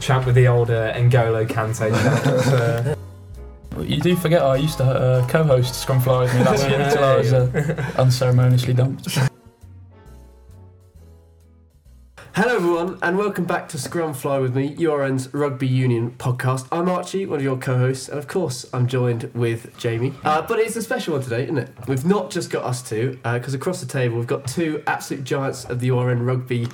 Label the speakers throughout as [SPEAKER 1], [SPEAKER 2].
[SPEAKER 1] Chat with the older N'Golo Kante. Uh,
[SPEAKER 2] You do forget I used to uh, co-host Scrumfly with me last year until I was uh, unceremoniously dumped.
[SPEAKER 3] Hello, everyone, and welcome back to Scrumfly with me, URN's Rugby Union podcast. I'm Archie, one of your co hosts, and of course, I'm joined with Jamie. Uh, but it's a special one today, isn't it? We've not just got us two, because across the table, we've got two absolute giants of the URN rugby,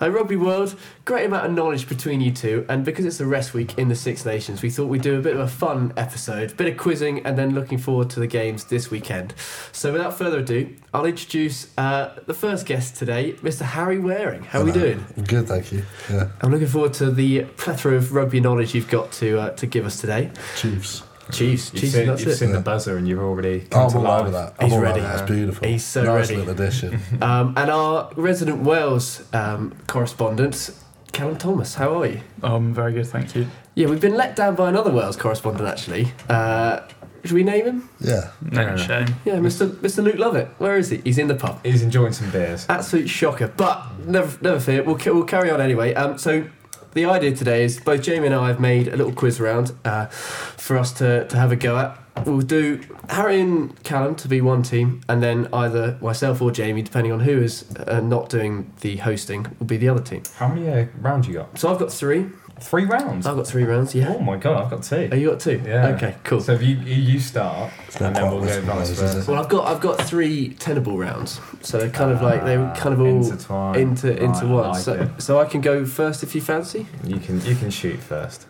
[SPEAKER 3] uh, rugby world. Great amount of knowledge between you two, and because it's the rest week in the Six Nations, we thought we'd do a bit of a fun episode, bit of quizzing, and then looking forward to the games this weekend. So, without further ado, I'll introduce uh, the first guest today, Mr. Harry Waring. How are we
[SPEAKER 4] Hello.
[SPEAKER 3] doing?
[SPEAKER 4] Good, thank you. Yeah,
[SPEAKER 3] I'm looking forward to the plethora of rugby knowledge you've got to uh, to give us today.
[SPEAKER 4] Chiefs.
[SPEAKER 3] Chiefs,
[SPEAKER 1] you've
[SPEAKER 3] Chiefs,
[SPEAKER 1] seen,
[SPEAKER 3] that's
[SPEAKER 1] you've
[SPEAKER 3] it.
[SPEAKER 1] seen the buzzer and you've already
[SPEAKER 4] Oh,
[SPEAKER 1] come
[SPEAKER 4] I'm
[SPEAKER 1] to
[SPEAKER 4] all
[SPEAKER 1] life.
[SPEAKER 4] over that. I'm
[SPEAKER 3] He's
[SPEAKER 4] all
[SPEAKER 3] ready.
[SPEAKER 4] over that. It's beautiful.
[SPEAKER 3] He's so
[SPEAKER 4] nice
[SPEAKER 3] ready.
[SPEAKER 4] little addition.
[SPEAKER 3] Um, and our resident Wales um, correspondent, Callum Thomas, how are you?
[SPEAKER 2] Um, very good, thank you.
[SPEAKER 3] Yeah, we've been let down by another Wales correspondent actually. Uh, should we name him?
[SPEAKER 4] yeah,
[SPEAKER 2] No,
[SPEAKER 1] No, no, no.
[SPEAKER 2] shame.
[SPEAKER 3] Yeah, Mr. Mr. Luke Lovett. Where is he? He's in the pub.
[SPEAKER 1] He's enjoying some beers.
[SPEAKER 3] Absolute shocker, but never, never fear. We'll, ca- we'll carry on anyway. Um, so the idea today is both Jamie and I have made a little quiz round uh, for us to, to have a go at. We'll do Harry and Callum to be one team, and then either myself or Jamie, depending on who is uh, not doing the hosting, will be the other team.
[SPEAKER 1] How many uh, rounds you got?
[SPEAKER 3] So I've got three.
[SPEAKER 1] Three rounds.
[SPEAKER 3] I've got three rounds. Yeah.
[SPEAKER 1] Oh my god, I've got two.
[SPEAKER 3] Oh, you got two.
[SPEAKER 1] Yeah.
[SPEAKER 3] Okay. Cool.
[SPEAKER 1] So if you you you start,
[SPEAKER 4] it's
[SPEAKER 1] and
[SPEAKER 4] not
[SPEAKER 1] then
[SPEAKER 4] quite
[SPEAKER 1] we'll go
[SPEAKER 4] Western
[SPEAKER 1] vice
[SPEAKER 4] Wales, is it?
[SPEAKER 1] versa.
[SPEAKER 3] well, I've got I've got three tenable rounds, so they're kind of like they're
[SPEAKER 1] Ah,
[SPEAKER 3] kind of all
[SPEAKER 1] intertwined.
[SPEAKER 3] into
[SPEAKER 1] Right, I
[SPEAKER 3] into one.
[SPEAKER 1] like
[SPEAKER 3] so
[SPEAKER 1] it.
[SPEAKER 3] so I can go first if you fancy.
[SPEAKER 1] You can you can shoot first.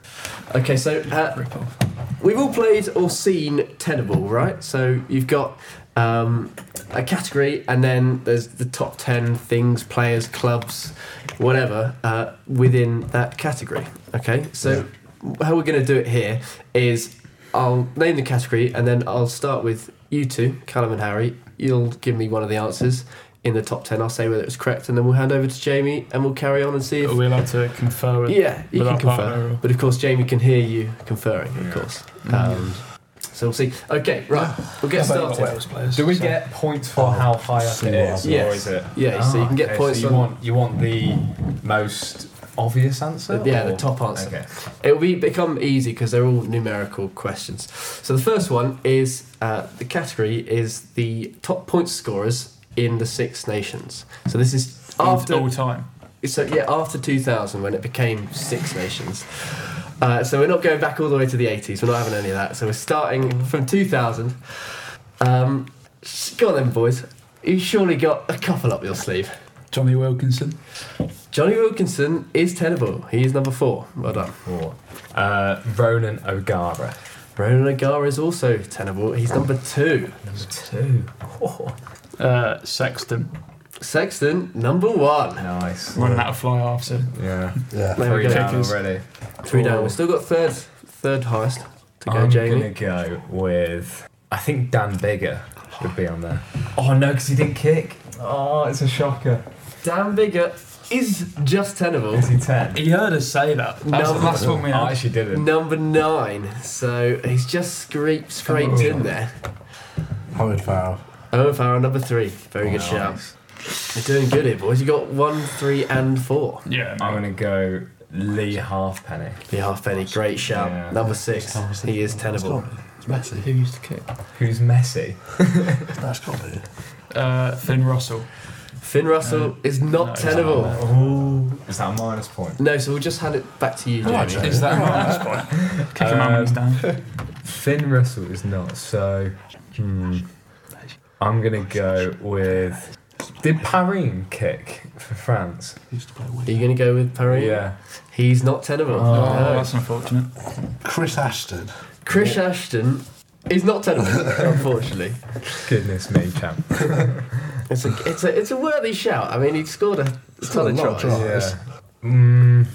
[SPEAKER 3] Okay, so uh,
[SPEAKER 2] Rip off.
[SPEAKER 3] we've all played or seen Tenable, right? So you've got um, a category, and then there's the top 10 things, players, clubs, whatever, uh, within that category. Okay, so how we're going to do it here is I'll name the category, and then I'll start with you two, Callum and Harry. You'll give me one of the answers in the top 10. I'll say whether it was correct, and then we'll hand over to Jamie and we'll carry on and see if.
[SPEAKER 2] Are we allowed to confer with?
[SPEAKER 3] Yeah, you
[SPEAKER 2] with
[SPEAKER 3] can
[SPEAKER 2] our
[SPEAKER 3] confer.
[SPEAKER 2] partner or-
[SPEAKER 3] But of course, Jamie can hear you conferring, of
[SPEAKER 1] Yeah.
[SPEAKER 3] course.
[SPEAKER 2] Mm.
[SPEAKER 3] Um, so we'll see. Okay, right, we'll get
[SPEAKER 2] How about
[SPEAKER 3] started.
[SPEAKER 2] Wales players?
[SPEAKER 1] Do we
[SPEAKER 2] So-
[SPEAKER 1] get points for
[SPEAKER 4] Oh,
[SPEAKER 1] how high up it
[SPEAKER 4] smart.
[SPEAKER 1] is, or
[SPEAKER 3] Yes.
[SPEAKER 1] is it?
[SPEAKER 3] Yeah, so you can get
[SPEAKER 1] Ah, okay,
[SPEAKER 3] points
[SPEAKER 1] So you
[SPEAKER 3] on-
[SPEAKER 1] want you want the most obvious answer?
[SPEAKER 3] Uh, Yeah, the
[SPEAKER 1] or-
[SPEAKER 3] top answer.
[SPEAKER 1] Okay.
[SPEAKER 3] It will be, become easy because they're all numerical questions. So the first one is uh, the category is the top point scorers in the Six Nations. So this is
[SPEAKER 2] all,
[SPEAKER 3] after
[SPEAKER 2] all time.
[SPEAKER 3] So yeah, after 2000 when it became Six Nations. Uh, so we're not going back all the way to the 80s. We're not having any of that. So we're starting from 2000. Um, s- go on then, boys. You surely got a couple up your sleeve.
[SPEAKER 2] Johnny Wilkinson.
[SPEAKER 3] Johnny Wilkinson is tenable. He is number four. Well done.
[SPEAKER 1] Or, uh, Ronan O'Gara.
[SPEAKER 3] Ronan Agara is also tenable. He's number two.
[SPEAKER 1] Number two. Oh,
[SPEAKER 2] Uh, Sexton.
[SPEAKER 3] Sexton, number one.
[SPEAKER 1] nice.
[SPEAKER 2] Running out of fly halves. so
[SPEAKER 1] Yeah.
[SPEAKER 3] There
[SPEAKER 4] Yeah.
[SPEAKER 3] we
[SPEAKER 1] Three
[SPEAKER 3] go.
[SPEAKER 1] down
[SPEAKER 2] Kickers.
[SPEAKER 1] already.
[SPEAKER 3] Three down.
[SPEAKER 1] Cool.
[SPEAKER 3] We've still got third, third highest to go,
[SPEAKER 1] I'm
[SPEAKER 3] Jamie.
[SPEAKER 1] gonna go with. I think Dan Bigger would be on there. Oh no, because he didn't kick. Oh, it's a shocker.
[SPEAKER 3] Dan Bigger is just tenable.
[SPEAKER 1] Is he ten?
[SPEAKER 2] He heard us say that. That's
[SPEAKER 3] No.
[SPEAKER 2] the last one we
[SPEAKER 1] I
[SPEAKER 2] had.
[SPEAKER 1] actually didn't.
[SPEAKER 3] Number nine. So he's just scraped, scraped
[SPEAKER 2] Oh.
[SPEAKER 3] in there.
[SPEAKER 4] Howard Farrell.
[SPEAKER 3] Owen Farrell, number three. Very good
[SPEAKER 1] Nice.
[SPEAKER 3] shout. You're doing good here, boys. You got one, three, and four.
[SPEAKER 2] Yeah,
[SPEAKER 1] I'm gonna go Lee Halfpenny.
[SPEAKER 3] The halfpenny, great shout.
[SPEAKER 1] Yeah.
[SPEAKER 3] Number six. He is tenable.
[SPEAKER 4] It's messy.
[SPEAKER 2] Who used to kick?
[SPEAKER 1] Who's Messi?
[SPEAKER 4] That's got to be.
[SPEAKER 2] Uh, Finn Russell.
[SPEAKER 3] Finn Russell is not
[SPEAKER 2] No, he's not
[SPEAKER 3] tenable.
[SPEAKER 2] on
[SPEAKER 1] Oh, is that a minus point?
[SPEAKER 3] no, so we'll just hand it back to you,
[SPEAKER 4] Oh,
[SPEAKER 3] Jamie.
[SPEAKER 4] Jamie.
[SPEAKER 2] Is that right? Kick him out when he's down.
[SPEAKER 1] Finn Russell is not. So, hmm, I'm gonna go with. Did Parine kick for France?
[SPEAKER 4] He used to play
[SPEAKER 3] Are
[SPEAKER 4] wing.
[SPEAKER 3] you going to go with Perry?
[SPEAKER 1] Yeah.
[SPEAKER 3] He's not tenable.
[SPEAKER 1] Oh.
[SPEAKER 2] Oh,
[SPEAKER 3] No.
[SPEAKER 2] that's unfortunate.
[SPEAKER 4] Chris Ashton.
[SPEAKER 3] Chris Ashton is not tenable, unfortunately.
[SPEAKER 1] Goodness me, champ.
[SPEAKER 3] It's a, it's a, it's a worthy shout. I mean, he scored a
[SPEAKER 4] got
[SPEAKER 3] ton
[SPEAKER 4] a
[SPEAKER 3] of
[SPEAKER 4] lot of
[SPEAKER 3] tries.
[SPEAKER 4] tries.
[SPEAKER 1] Yeah. Mm,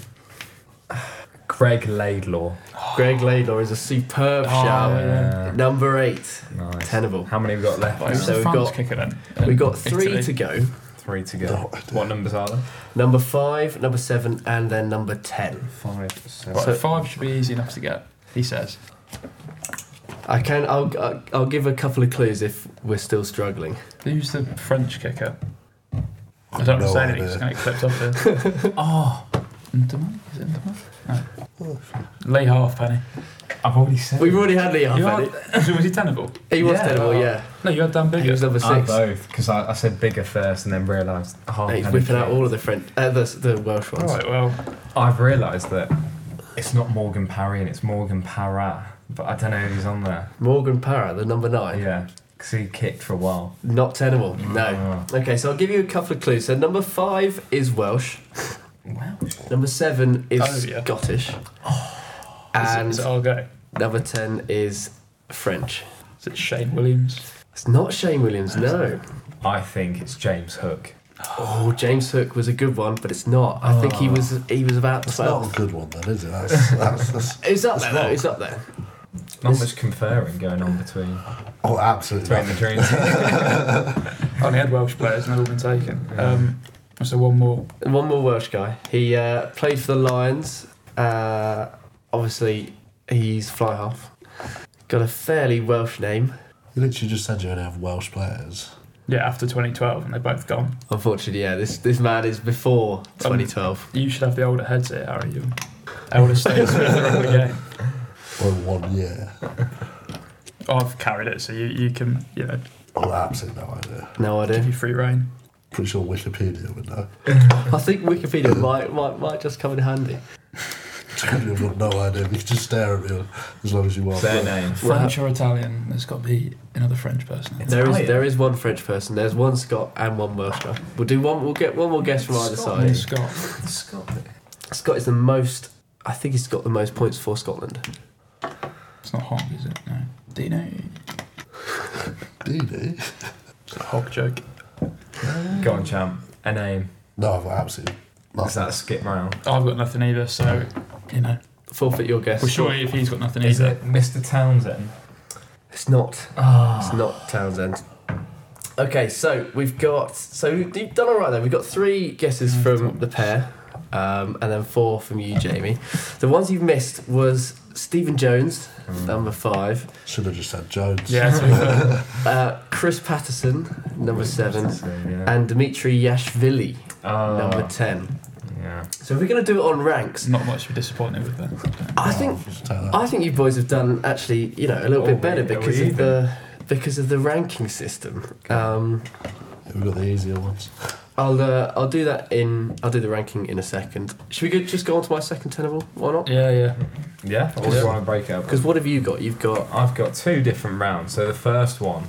[SPEAKER 1] Greg Laidlaw.
[SPEAKER 3] Greg Laidlaw is a superb
[SPEAKER 2] Oh,
[SPEAKER 3] shout.
[SPEAKER 1] yeah.
[SPEAKER 3] Number eight,
[SPEAKER 1] Uh, Nice.
[SPEAKER 3] tenable.
[SPEAKER 1] How many have we got left?
[SPEAKER 2] But it was
[SPEAKER 3] So
[SPEAKER 2] a
[SPEAKER 3] we've
[SPEAKER 2] France
[SPEAKER 3] got-
[SPEAKER 2] kicker then.
[SPEAKER 3] We've got three
[SPEAKER 2] Italy.
[SPEAKER 3] to go.
[SPEAKER 1] Three to
[SPEAKER 4] No
[SPEAKER 1] go.
[SPEAKER 4] idea.
[SPEAKER 1] What numbers are there?
[SPEAKER 3] Number five, number seven, and then number ten.
[SPEAKER 1] Five, seven.
[SPEAKER 2] Right, five should be easy enough to get, he says.
[SPEAKER 3] I can. I'll. I'll- I'll give a couple of clues if we're still struggling.
[SPEAKER 2] Who's the French kicker? I don't want
[SPEAKER 4] No
[SPEAKER 2] to say anything.
[SPEAKER 4] idea.
[SPEAKER 2] It's going to get clipped off here. oh, Ndamay? Is it Ndamay? No. Lee half penny.
[SPEAKER 1] I've already said.
[SPEAKER 3] We've already had Lee
[SPEAKER 2] You
[SPEAKER 3] Halfpenny.
[SPEAKER 2] are- so was he tenable?
[SPEAKER 3] He was
[SPEAKER 1] Yeah.
[SPEAKER 3] terrible. Yeah,
[SPEAKER 2] No, you had Dan
[SPEAKER 3] he
[SPEAKER 2] Bigger.
[SPEAKER 3] was number
[SPEAKER 1] I
[SPEAKER 3] six.
[SPEAKER 1] both because I, I said bigger first and then realised. Oh,
[SPEAKER 3] He's whipping out all of the French, uh, the, the Welsh ones.
[SPEAKER 2] Right, well,
[SPEAKER 1] I've realised that it's not Morgan Parry and it's Morgan Parra, but I don't know who's on there.
[SPEAKER 3] Morgan Parra, the number nine.
[SPEAKER 1] Yeah, because he kicked for a while.
[SPEAKER 3] Not tenable.
[SPEAKER 2] Mm.
[SPEAKER 3] No. Okay, so I'll give you a couple of clues. So number five is Welsh.
[SPEAKER 1] Well,
[SPEAKER 3] Number seven is
[SPEAKER 2] Oh, yeah.
[SPEAKER 3] Scottish.
[SPEAKER 2] and
[SPEAKER 3] And
[SPEAKER 2] is it our guy?
[SPEAKER 3] number ten is French.
[SPEAKER 2] Is it Shane Williams?
[SPEAKER 3] It's not Shane Williams. No.
[SPEAKER 1] I think it's James Hook.
[SPEAKER 3] Oh, James Hook was a good one, but it's not. I think he was he was about
[SPEAKER 4] It's not
[SPEAKER 3] twelve.
[SPEAKER 4] a good one, then, is it? That's, that's, that's,
[SPEAKER 3] It's up
[SPEAKER 4] It's
[SPEAKER 3] there. though.
[SPEAKER 4] not.
[SPEAKER 3] It's up there.
[SPEAKER 1] Not
[SPEAKER 3] This-
[SPEAKER 1] much conferring going on between
[SPEAKER 4] oh, absolutely.
[SPEAKER 1] between the dreams.
[SPEAKER 2] I only had Welsh players and they've all been taken. Um, so one more.
[SPEAKER 3] And one more Welsh guy. He uh, played for the Lions. Uh, obviously, he's fly half. Got a fairly Welsh name.
[SPEAKER 4] You literally just said you only have Welsh players.
[SPEAKER 2] Yeah, after 2012, and they're both gone.
[SPEAKER 3] Unfortunately, yeah, this this man is before 2012.
[SPEAKER 2] You should have the older heads here, Harry. You elder statesman of the rugby game.
[SPEAKER 4] Or one year.
[SPEAKER 2] I've carried it, so you, you can, you know,
[SPEAKER 4] Oh, absolutely no idea.
[SPEAKER 3] No
[SPEAKER 2] give
[SPEAKER 3] idea.
[SPEAKER 2] you free reign.
[SPEAKER 4] Pretty sure Wikipedia would know.
[SPEAKER 3] I think Wikipedia might, might might just come in handy.
[SPEAKER 4] I've got no idea. You can just stare at me as long as you want.
[SPEAKER 1] Their name.
[SPEAKER 2] French or Italian, there's got to be another French person.
[SPEAKER 1] It's
[SPEAKER 3] There is
[SPEAKER 1] Italian.
[SPEAKER 3] there is one French person. There's one Scot and one Welsh guy. We'll do one. We'll get one more guess from either
[SPEAKER 2] Or
[SPEAKER 3] side.
[SPEAKER 2] Scott.
[SPEAKER 1] Scotland.
[SPEAKER 3] Scott is the most. I think he's got the most points for Scotland.
[SPEAKER 2] It's not Hog, is it? No. Do you know?
[SPEAKER 4] Dini?
[SPEAKER 2] It's a Hog joke.
[SPEAKER 1] Go on, champ. A name.
[SPEAKER 4] No, I've got absolutely
[SPEAKER 1] Is
[SPEAKER 4] nothing.
[SPEAKER 1] that a skip round?
[SPEAKER 2] I've got nothing either, so, you know.
[SPEAKER 3] Forfeit your guess.
[SPEAKER 2] Well, surely if he's got nothing
[SPEAKER 1] Is
[SPEAKER 2] either.
[SPEAKER 1] it Mr. Townsend?
[SPEAKER 3] It's not.
[SPEAKER 1] Ah.
[SPEAKER 3] It's not Townsend. Okay, so we've got so you've done all right there. We've got three guesses
[SPEAKER 1] Mm,
[SPEAKER 3] from the pair, um, and then four from you, Jamie. The ones you've missed was Stephen Jones, number five,
[SPEAKER 4] Should have just said Jones.
[SPEAKER 2] Yeah, to be fair.
[SPEAKER 3] uh, Chris Patterson, number seven,
[SPEAKER 1] Yeah.
[SPEAKER 3] and Dimitri Yashvili,
[SPEAKER 1] Ah,
[SPEAKER 3] number ten.
[SPEAKER 1] yeah.
[SPEAKER 3] So we're going to do it on
[SPEAKER 2] It's
[SPEAKER 3] ranks.
[SPEAKER 2] not much to be disappointed with that.
[SPEAKER 3] I think
[SPEAKER 4] Just take that.
[SPEAKER 3] I think you boys have done actually, you know, a little
[SPEAKER 1] Oh,
[SPEAKER 3] bit better
[SPEAKER 1] we- are we
[SPEAKER 3] because of
[SPEAKER 1] even?
[SPEAKER 3] the because of the ranking system. Um,
[SPEAKER 4] Yeah, We've got the easier ones.
[SPEAKER 3] I'll uh, I'll do that in I'll do the ranking in a second. Should we go, just go on to my second tenable? Why not?
[SPEAKER 2] Yeah, yeah.
[SPEAKER 1] Yeah. I
[SPEAKER 2] Yeah.
[SPEAKER 1] always want to break it up.
[SPEAKER 3] Because what have you got? You've got
[SPEAKER 1] I've got two different rounds. So the first one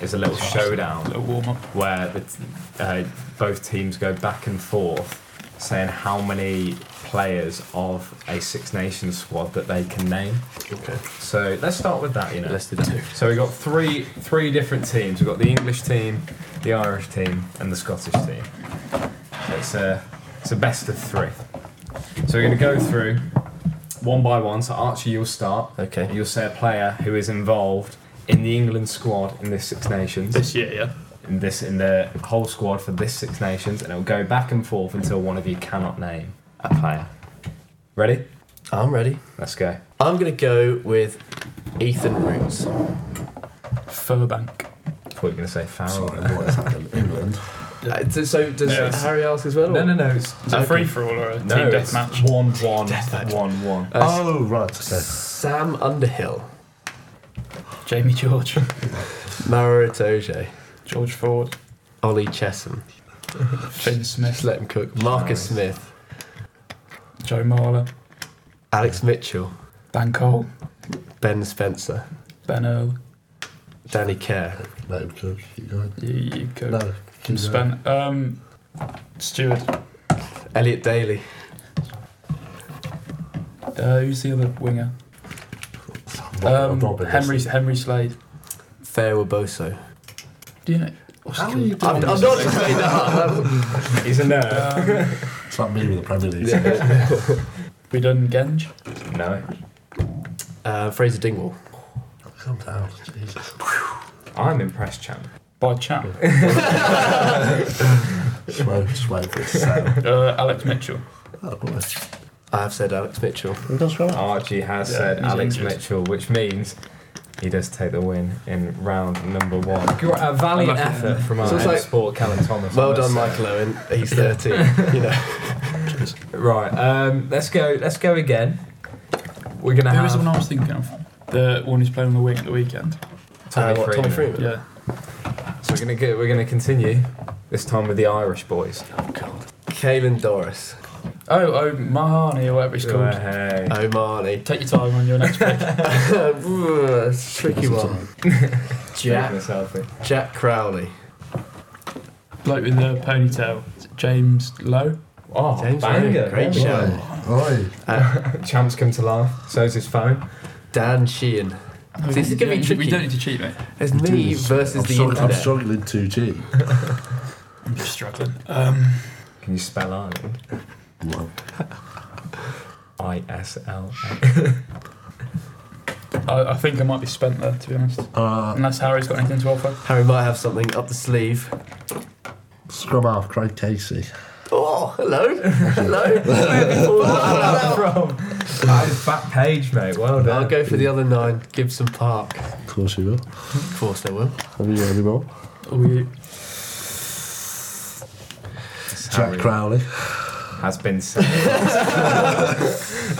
[SPEAKER 1] is a little
[SPEAKER 2] A
[SPEAKER 1] showdown
[SPEAKER 2] little warm up.
[SPEAKER 1] where the, t- uh, both teams go back and forth saying how many players of a Six Nations squad that they can name.
[SPEAKER 3] okay.
[SPEAKER 1] So let's start with that, you know.
[SPEAKER 3] Let's do two.
[SPEAKER 1] So we've got three three different teams. We've got the English team, the Irish team, and the Scottish team. So it's a it's a best of three. So we're going to go through one by one. So Archie, you'll start.
[SPEAKER 3] Okay.
[SPEAKER 1] You'll say a player who is involved in the England squad in this Six Nations,
[SPEAKER 2] This year, yeah.
[SPEAKER 1] in this in the whole squad for this Six Nations, and it'll go back and forth until one of you cannot name a player. Ready?
[SPEAKER 3] I'm ready.
[SPEAKER 1] Let's go.
[SPEAKER 3] I'm gonna go with Ethan Roots.
[SPEAKER 2] Furbank.
[SPEAKER 1] Thought you were going to say Farrell.
[SPEAKER 4] Sorry, what is that in England?
[SPEAKER 3] Uh, d- so does
[SPEAKER 2] Yeah.
[SPEAKER 3] Harry ask as well?
[SPEAKER 1] No,
[SPEAKER 3] or-
[SPEAKER 1] no, no. It's
[SPEAKER 2] Is it
[SPEAKER 3] Okay.
[SPEAKER 2] a free for all or a team
[SPEAKER 1] No, it's
[SPEAKER 2] deathmatch?
[SPEAKER 1] one, one,
[SPEAKER 3] Deathmatch.
[SPEAKER 1] one, one.
[SPEAKER 3] Uh, s-
[SPEAKER 4] Oh, right. Okay.
[SPEAKER 3] Sam Underhill,
[SPEAKER 2] Jamie George.
[SPEAKER 3] Mara Itoje,
[SPEAKER 2] George Ford.
[SPEAKER 3] Ollie Chesham,
[SPEAKER 2] Finn
[SPEAKER 3] just
[SPEAKER 2] Smith.
[SPEAKER 3] let him cook. Marcus
[SPEAKER 1] Nice.
[SPEAKER 3] Smith,
[SPEAKER 2] Joe Marler.
[SPEAKER 3] Alex Mitchell,
[SPEAKER 2] Dan Cole.
[SPEAKER 3] Ben Spencer,
[SPEAKER 2] Ben Earl.
[SPEAKER 3] Danny Kerr,
[SPEAKER 4] No, keep keep going.
[SPEAKER 2] You, you go.
[SPEAKER 4] No, keep going.
[SPEAKER 2] Spen- um, Stewart.
[SPEAKER 3] Elliot Daly,
[SPEAKER 2] Uh, who's the other winger?
[SPEAKER 4] Robin-
[SPEAKER 2] Um,
[SPEAKER 4] Robin,
[SPEAKER 2] Henry,
[SPEAKER 4] isn't
[SPEAKER 2] Henry Slade.
[SPEAKER 3] Fairwood Boso.
[SPEAKER 2] Do you know?
[SPEAKER 4] it? How are you
[SPEAKER 3] I'm,
[SPEAKER 4] doing?
[SPEAKER 3] I'm not just made that up. That was-
[SPEAKER 1] He's a nerd.
[SPEAKER 2] Um,
[SPEAKER 4] It's like me with the Premier League.
[SPEAKER 2] we done Genge.
[SPEAKER 1] No.
[SPEAKER 3] Uh, Fraser Dingwall.
[SPEAKER 4] Calm down. Jesus.
[SPEAKER 1] I'm impressed, champ.
[SPEAKER 2] By Chap.
[SPEAKER 4] Just wait, just wait for it to settle.
[SPEAKER 2] Uh, Alex Mitchell.
[SPEAKER 4] Oh, boy.
[SPEAKER 3] I've said Alex Mitchell.
[SPEAKER 4] That's right.
[SPEAKER 3] Oh,
[SPEAKER 1] Archie has
[SPEAKER 2] Yeah,
[SPEAKER 1] said
[SPEAKER 2] he's
[SPEAKER 1] Alex
[SPEAKER 2] injured.
[SPEAKER 1] Mitchell, which means He does take the win in round number one. A valiant
[SPEAKER 2] I'm
[SPEAKER 1] effort from our
[SPEAKER 3] So it's
[SPEAKER 1] head
[SPEAKER 3] like-
[SPEAKER 1] sport, Callum Thomas.
[SPEAKER 3] Well
[SPEAKER 1] I must
[SPEAKER 3] done,
[SPEAKER 1] say.
[SPEAKER 3] Michael Owen. He's 13. you know. Uh,
[SPEAKER 1] Right, um, let's go. Let's go again. We're gonna
[SPEAKER 2] Who
[SPEAKER 1] have
[SPEAKER 2] was the one I was thinking of? The one who's playing on the wing at the weekend.
[SPEAKER 1] Tommy
[SPEAKER 3] Uh, what, Tommy
[SPEAKER 1] Freeman.
[SPEAKER 3] Freeman?
[SPEAKER 2] Yeah.
[SPEAKER 1] So we're gonna go, we're gonna continue this time with the Irish boys.
[SPEAKER 3] Oh, God. Caelan Doris.
[SPEAKER 2] Oh, oh, Mahani or whatever it's called.
[SPEAKER 1] Hey.
[SPEAKER 3] Oh, Marley.
[SPEAKER 2] Take your time on your next pick.
[SPEAKER 3] That's a tricky one.
[SPEAKER 1] Taking a
[SPEAKER 3] Jack,
[SPEAKER 1] selfie.
[SPEAKER 3] Jack Crowley.
[SPEAKER 2] Bloke with the ponytail. Is it James Lowe.
[SPEAKER 1] Oh,
[SPEAKER 3] James
[SPEAKER 1] banger!
[SPEAKER 3] Lowe, great
[SPEAKER 1] There we
[SPEAKER 3] shout.
[SPEAKER 1] go.
[SPEAKER 4] Oi.
[SPEAKER 1] Champs come to laugh. So's his phone.
[SPEAKER 3] Dan Sheehan. Oh, This is gonna be
[SPEAKER 2] Yeah,
[SPEAKER 3] tricky.
[SPEAKER 2] We don't need to cheat, mate.
[SPEAKER 3] It's
[SPEAKER 4] We do
[SPEAKER 3] me
[SPEAKER 4] this.
[SPEAKER 3] versus
[SPEAKER 4] I'm
[SPEAKER 3] the
[SPEAKER 4] strugg- I'm
[SPEAKER 3] internet.
[SPEAKER 4] struggling to cheat.
[SPEAKER 2] I'm just struggling. Um,
[SPEAKER 1] Can you spell Ireland?
[SPEAKER 4] No.
[SPEAKER 1] I S L.
[SPEAKER 2] I, I think I might be spent there, to be honest.
[SPEAKER 4] Uh,
[SPEAKER 2] Unless Harry's got anything to offer.
[SPEAKER 3] Harry might have something up the sleeve.
[SPEAKER 4] scrum half, Craig Casey.
[SPEAKER 3] Oh, hello. hello.
[SPEAKER 1] From that is back page, mate. Well done.
[SPEAKER 3] I'll go for the other nine. Gibson Park.
[SPEAKER 4] Of course you will.
[SPEAKER 3] Of course they will.
[SPEAKER 4] Have you got any more?
[SPEAKER 2] We,
[SPEAKER 1] Harry
[SPEAKER 4] Jack Crowley.
[SPEAKER 1] has been said,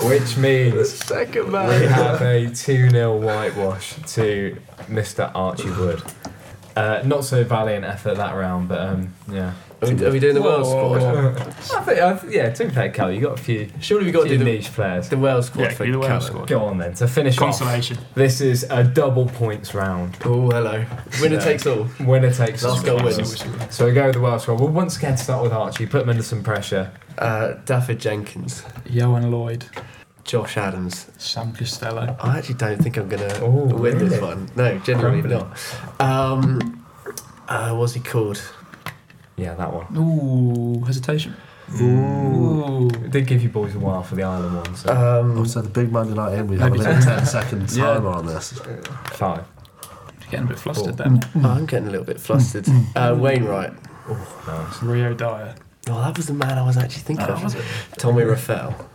[SPEAKER 1] which means
[SPEAKER 3] Second
[SPEAKER 1] we have a two 0 whitewash to Mr. Archie Wood. Uh, not so valiant effort that round, but um, yeah.
[SPEAKER 3] Are we, are we doing the
[SPEAKER 2] Whoa,
[SPEAKER 3] Wales
[SPEAKER 2] whoa,
[SPEAKER 3] squad?
[SPEAKER 2] whoa.
[SPEAKER 1] I think, I think, yeah, to be fair, Cal, you got a few,
[SPEAKER 3] Surely we got
[SPEAKER 1] got
[SPEAKER 3] to do the,
[SPEAKER 1] niche players.
[SPEAKER 3] the Wales squad
[SPEAKER 2] yeah,
[SPEAKER 3] for
[SPEAKER 2] be the Wales
[SPEAKER 3] Callum.
[SPEAKER 2] squad.
[SPEAKER 1] Go on then to finish off.
[SPEAKER 2] Consolation.
[SPEAKER 1] This is a double points round.
[SPEAKER 3] Oh, hello. Winner
[SPEAKER 1] Yeah.
[SPEAKER 3] takes all.
[SPEAKER 1] Winner takes
[SPEAKER 3] Last
[SPEAKER 1] all.
[SPEAKER 3] goal
[SPEAKER 2] Obviously,
[SPEAKER 3] wins.
[SPEAKER 2] obviously.
[SPEAKER 1] So we go with the Welsh squad. We'll once again start with Archie. Put him under some pressure.
[SPEAKER 3] Uh, Dafford Jenkins,
[SPEAKER 2] Yohan Lloyd,
[SPEAKER 3] Josh Adams.
[SPEAKER 2] Sam Costello.
[SPEAKER 3] I actually don't think I'm going to
[SPEAKER 1] Oh,
[SPEAKER 3] win
[SPEAKER 1] really?
[SPEAKER 3] this one. No, generally
[SPEAKER 1] Crumbling.
[SPEAKER 3] not. Um, uh, what's he called?
[SPEAKER 1] Yeah, that one.
[SPEAKER 2] Ooh, hesitation.
[SPEAKER 1] Ooh. It did give you boys a while for the Ireland one. So
[SPEAKER 3] Um,
[SPEAKER 4] I've said the big Man United we have a
[SPEAKER 2] Maybe
[SPEAKER 4] little 10 second
[SPEAKER 2] Yeah.
[SPEAKER 4] timer on this.
[SPEAKER 1] five.
[SPEAKER 2] Getting a bit flustered then.
[SPEAKER 3] I'm getting a little bit flustered.
[SPEAKER 1] Mm,
[SPEAKER 3] Uh, Wainwright.
[SPEAKER 1] Oh, nice.
[SPEAKER 2] Rio Dyer.
[SPEAKER 3] Oh, that was the man I was actually thinking
[SPEAKER 2] Oh,
[SPEAKER 3] of.
[SPEAKER 2] was it?
[SPEAKER 3] Tommy Raphael.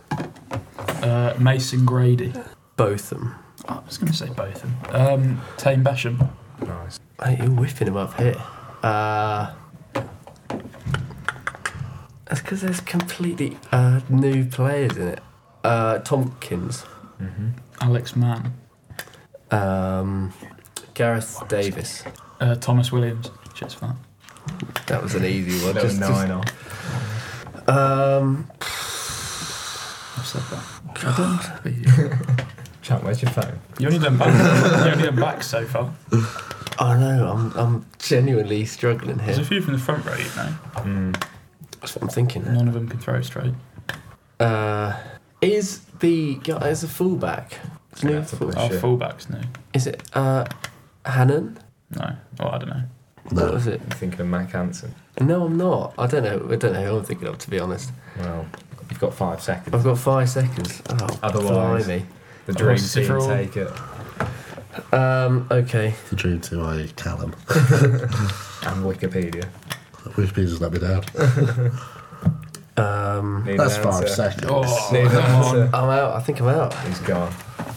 [SPEAKER 2] Uh, Mason Grady.
[SPEAKER 3] Botham.
[SPEAKER 2] Oh, I was going to say both of them. Um, Tame Basham.
[SPEAKER 1] Nice.
[SPEAKER 3] I think you're whipping him up here. Uh, that's because there's completely uh, new players in it. Uh, Tompkins,
[SPEAKER 1] Mm-hmm.
[SPEAKER 2] Alex Mann.
[SPEAKER 3] um, Gareth Davis.
[SPEAKER 2] Uh, Thomas Williams. Shit's fun.
[SPEAKER 3] That was an easy one.
[SPEAKER 1] That was
[SPEAKER 3] Just,
[SPEAKER 1] nine
[SPEAKER 3] just,
[SPEAKER 1] off.
[SPEAKER 3] um,
[SPEAKER 2] I've said that.
[SPEAKER 1] Ah.
[SPEAKER 2] I don't know.
[SPEAKER 1] Chap, where's your phone?
[SPEAKER 2] You only done back. you only done back so far.
[SPEAKER 3] I know I'm I'm genuinely struggling
[SPEAKER 2] There's a
[SPEAKER 3] here.
[SPEAKER 2] few from the front row, you know.
[SPEAKER 1] Mm.
[SPEAKER 3] That's what I'm thinking.
[SPEAKER 2] None of them can throw straight.
[SPEAKER 3] Uh, is the guy is a fullback? Is,
[SPEAKER 1] Yeah,
[SPEAKER 3] new
[SPEAKER 1] it's a
[SPEAKER 3] full,
[SPEAKER 1] fullback.
[SPEAKER 2] Our
[SPEAKER 1] shit.
[SPEAKER 2] fullbacks, no.
[SPEAKER 3] is it uh, Hannon?
[SPEAKER 2] No. Oh, I don't know.
[SPEAKER 3] What
[SPEAKER 4] No.
[SPEAKER 3] was it?
[SPEAKER 1] I'm thinking of Mac Hansen.
[SPEAKER 3] No, I'm not. I don't know. I don't know who I'm thinking of. To be honest.
[SPEAKER 1] Well, you've got five seconds.
[SPEAKER 3] I've got five seconds. Oh,
[SPEAKER 1] Otherwise-
[SPEAKER 3] blimey.
[SPEAKER 1] The dream
[SPEAKER 2] Otherwise, if
[SPEAKER 1] team
[SPEAKER 2] you're all-
[SPEAKER 1] take it.
[SPEAKER 3] Um, okay.
[SPEAKER 4] The dream to I Callum.
[SPEAKER 1] And Wikipedia.
[SPEAKER 4] Wikipedia's let me down.
[SPEAKER 3] Um,
[SPEAKER 1] Need
[SPEAKER 4] That's
[SPEAKER 1] an
[SPEAKER 4] five
[SPEAKER 1] answer.
[SPEAKER 4] seconds.
[SPEAKER 2] Oh,
[SPEAKER 1] Need an
[SPEAKER 2] come on.
[SPEAKER 1] answer.
[SPEAKER 3] I'm out. I think I'm out.
[SPEAKER 1] He's gone.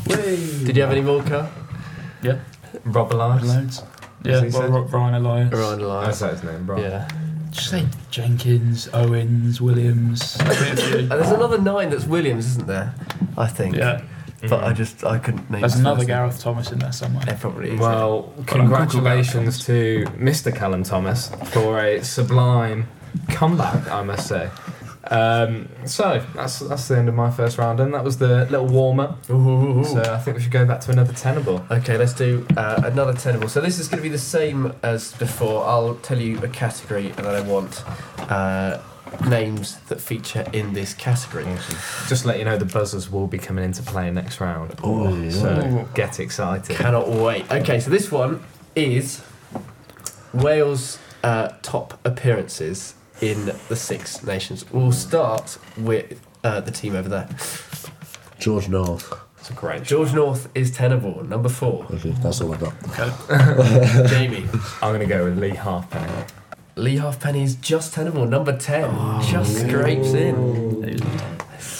[SPEAKER 3] Did you have any more, Carl?
[SPEAKER 2] Yeah.
[SPEAKER 1] Rob Elias.
[SPEAKER 2] Loads. Yeah.
[SPEAKER 1] he
[SPEAKER 2] Well,
[SPEAKER 1] said?
[SPEAKER 2] Ro- Ryan Elias.
[SPEAKER 3] Around the line.
[SPEAKER 1] That's his name, Rob.
[SPEAKER 3] Yeah.
[SPEAKER 2] Just say Jenkins, Owens, Williams. a bit of you.
[SPEAKER 3] And there's another nine that's Williams, isn't there? I think.
[SPEAKER 2] yeah.
[SPEAKER 3] But I just I couldn't name.
[SPEAKER 2] There's
[SPEAKER 3] his
[SPEAKER 2] another
[SPEAKER 3] first name.
[SPEAKER 2] Gareth Thomas in there somewhere.
[SPEAKER 3] There probably is.
[SPEAKER 1] Well, congratulations to Mr. Callum Thomas for a sublime comeback, I must say. Um, so that's that's the end of my first round, and that was the little warm up.
[SPEAKER 3] Ooh, ooh, ooh, ooh.
[SPEAKER 1] So I think we should go back to another tenable.
[SPEAKER 3] Okay, let's do uh, another tenable. So this is going to be the same as before. I'll tell you a category, and then I want uh, names that feature in this category.
[SPEAKER 1] Just to let you know, the buzzers will be coming into play next round.
[SPEAKER 4] Oh, yeah.
[SPEAKER 1] So get excited.
[SPEAKER 3] Cannot wait. Okay, so this one is Wales' uh, top appearances in the Six Nations. We'll start with uh, the team over there.
[SPEAKER 4] George North.
[SPEAKER 1] It's a great.
[SPEAKER 3] George North is tenable, number four.
[SPEAKER 4] Okay, that's all I got.
[SPEAKER 2] Okay.
[SPEAKER 3] Jamie.
[SPEAKER 1] I'm going to go with Lee Halfpenny.
[SPEAKER 3] Lee Halfpenny is just tenable, number 10.
[SPEAKER 1] Oh.
[SPEAKER 2] Oh,
[SPEAKER 3] just scrapes in.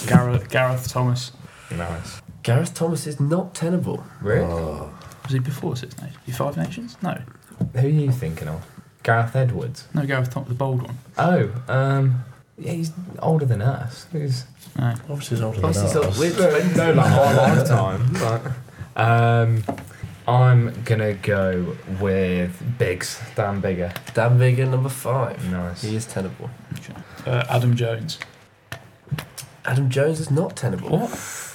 [SPEAKER 2] Gareth, Gareth Thomas.
[SPEAKER 1] Nice.
[SPEAKER 3] Gareth Thomas is not tenable.
[SPEAKER 1] Really?
[SPEAKER 4] Oh,
[SPEAKER 2] Was he before Six Nations? Was he Five Nations? No.
[SPEAKER 1] Who are you thinking of? Gareth Edwards.
[SPEAKER 2] No, Gareth Thompson, the bold one.
[SPEAKER 1] Oh, um, yeah, he's older than us. He's
[SPEAKER 2] No.
[SPEAKER 4] Obviously, he's older than
[SPEAKER 3] Obviously, so
[SPEAKER 4] us.
[SPEAKER 3] we're
[SPEAKER 1] no, like our lifetime. But um, I'm gonna go with Biggs, Dan Bigger.
[SPEAKER 3] Dan Bigger, number five.
[SPEAKER 1] Nice.
[SPEAKER 3] He is tenable.
[SPEAKER 2] Uh, Adam Jones.
[SPEAKER 3] Adam Jones is not tenable.
[SPEAKER 2] What?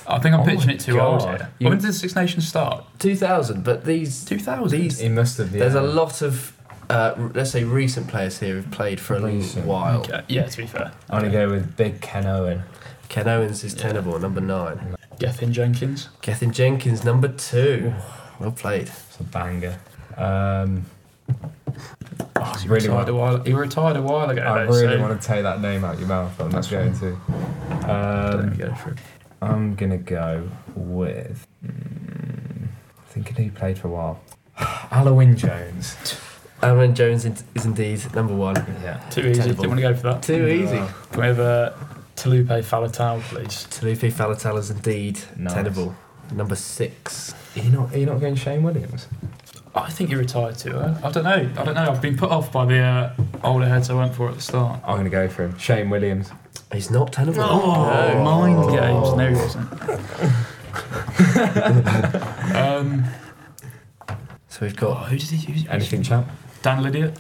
[SPEAKER 2] I think I'm
[SPEAKER 1] Oh
[SPEAKER 2] pitching
[SPEAKER 1] my
[SPEAKER 2] it too
[SPEAKER 1] God.
[SPEAKER 2] old. here.
[SPEAKER 3] You-
[SPEAKER 2] When did the Six Nations start?
[SPEAKER 3] 2000, but these.
[SPEAKER 2] 2000.
[SPEAKER 3] These-
[SPEAKER 1] He must have. Yeah.
[SPEAKER 3] There's a lot of, uh, r- let's say, recent players here who've played for a little
[SPEAKER 1] Recent.
[SPEAKER 3] while.
[SPEAKER 2] Okay. Yeah, to be fair.
[SPEAKER 1] I'm gonna go with Big Ken Owen.
[SPEAKER 3] Ken Owens is
[SPEAKER 2] Yeah.
[SPEAKER 3] tenable, number nine.
[SPEAKER 2] Gethin Jenkins.
[SPEAKER 3] Gethin Jenkins, number two. Well played.
[SPEAKER 1] It's a banger. Um, oh, I
[SPEAKER 2] He
[SPEAKER 1] really want.
[SPEAKER 2] retired a while. He retired a while ago.
[SPEAKER 1] I
[SPEAKER 2] though,
[SPEAKER 1] Oh, really
[SPEAKER 2] so-
[SPEAKER 1] want to take that name out your mouth, but I'm not
[SPEAKER 2] That's
[SPEAKER 1] going to.
[SPEAKER 2] There we
[SPEAKER 1] Um,
[SPEAKER 2] go for it.
[SPEAKER 1] I'm gonna go with. Mm, thinking who played for a while. Alwyn Jones.
[SPEAKER 3] Aaron Jones in- is indeed number one.
[SPEAKER 1] Yeah.
[SPEAKER 2] Too easy.
[SPEAKER 3] Terrible.
[SPEAKER 2] Didn't want to go for that.
[SPEAKER 3] Too easy.
[SPEAKER 1] Oh,
[SPEAKER 2] Can we have uh, Talupe Falatau, please?
[SPEAKER 3] Talupe Falatala is indeed
[SPEAKER 1] Nice.
[SPEAKER 3] tenable. Number six.
[SPEAKER 1] Are you not? Are you not going Shane Williams?
[SPEAKER 2] Oh, I think he retired too early. I don't know. I don't know. I've been put off by the uh, older heads I went for at the start.
[SPEAKER 1] I'm gonna go for him. Shane Williams.
[SPEAKER 3] He's not tenable.
[SPEAKER 2] Oh,
[SPEAKER 3] No.
[SPEAKER 2] mind games. No, he wasn't. um,
[SPEAKER 3] So we've
[SPEAKER 2] oh,
[SPEAKER 3] got
[SPEAKER 2] who did he use?
[SPEAKER 1] Anything, champ?
[SPEAKER 2] Dan Lydia?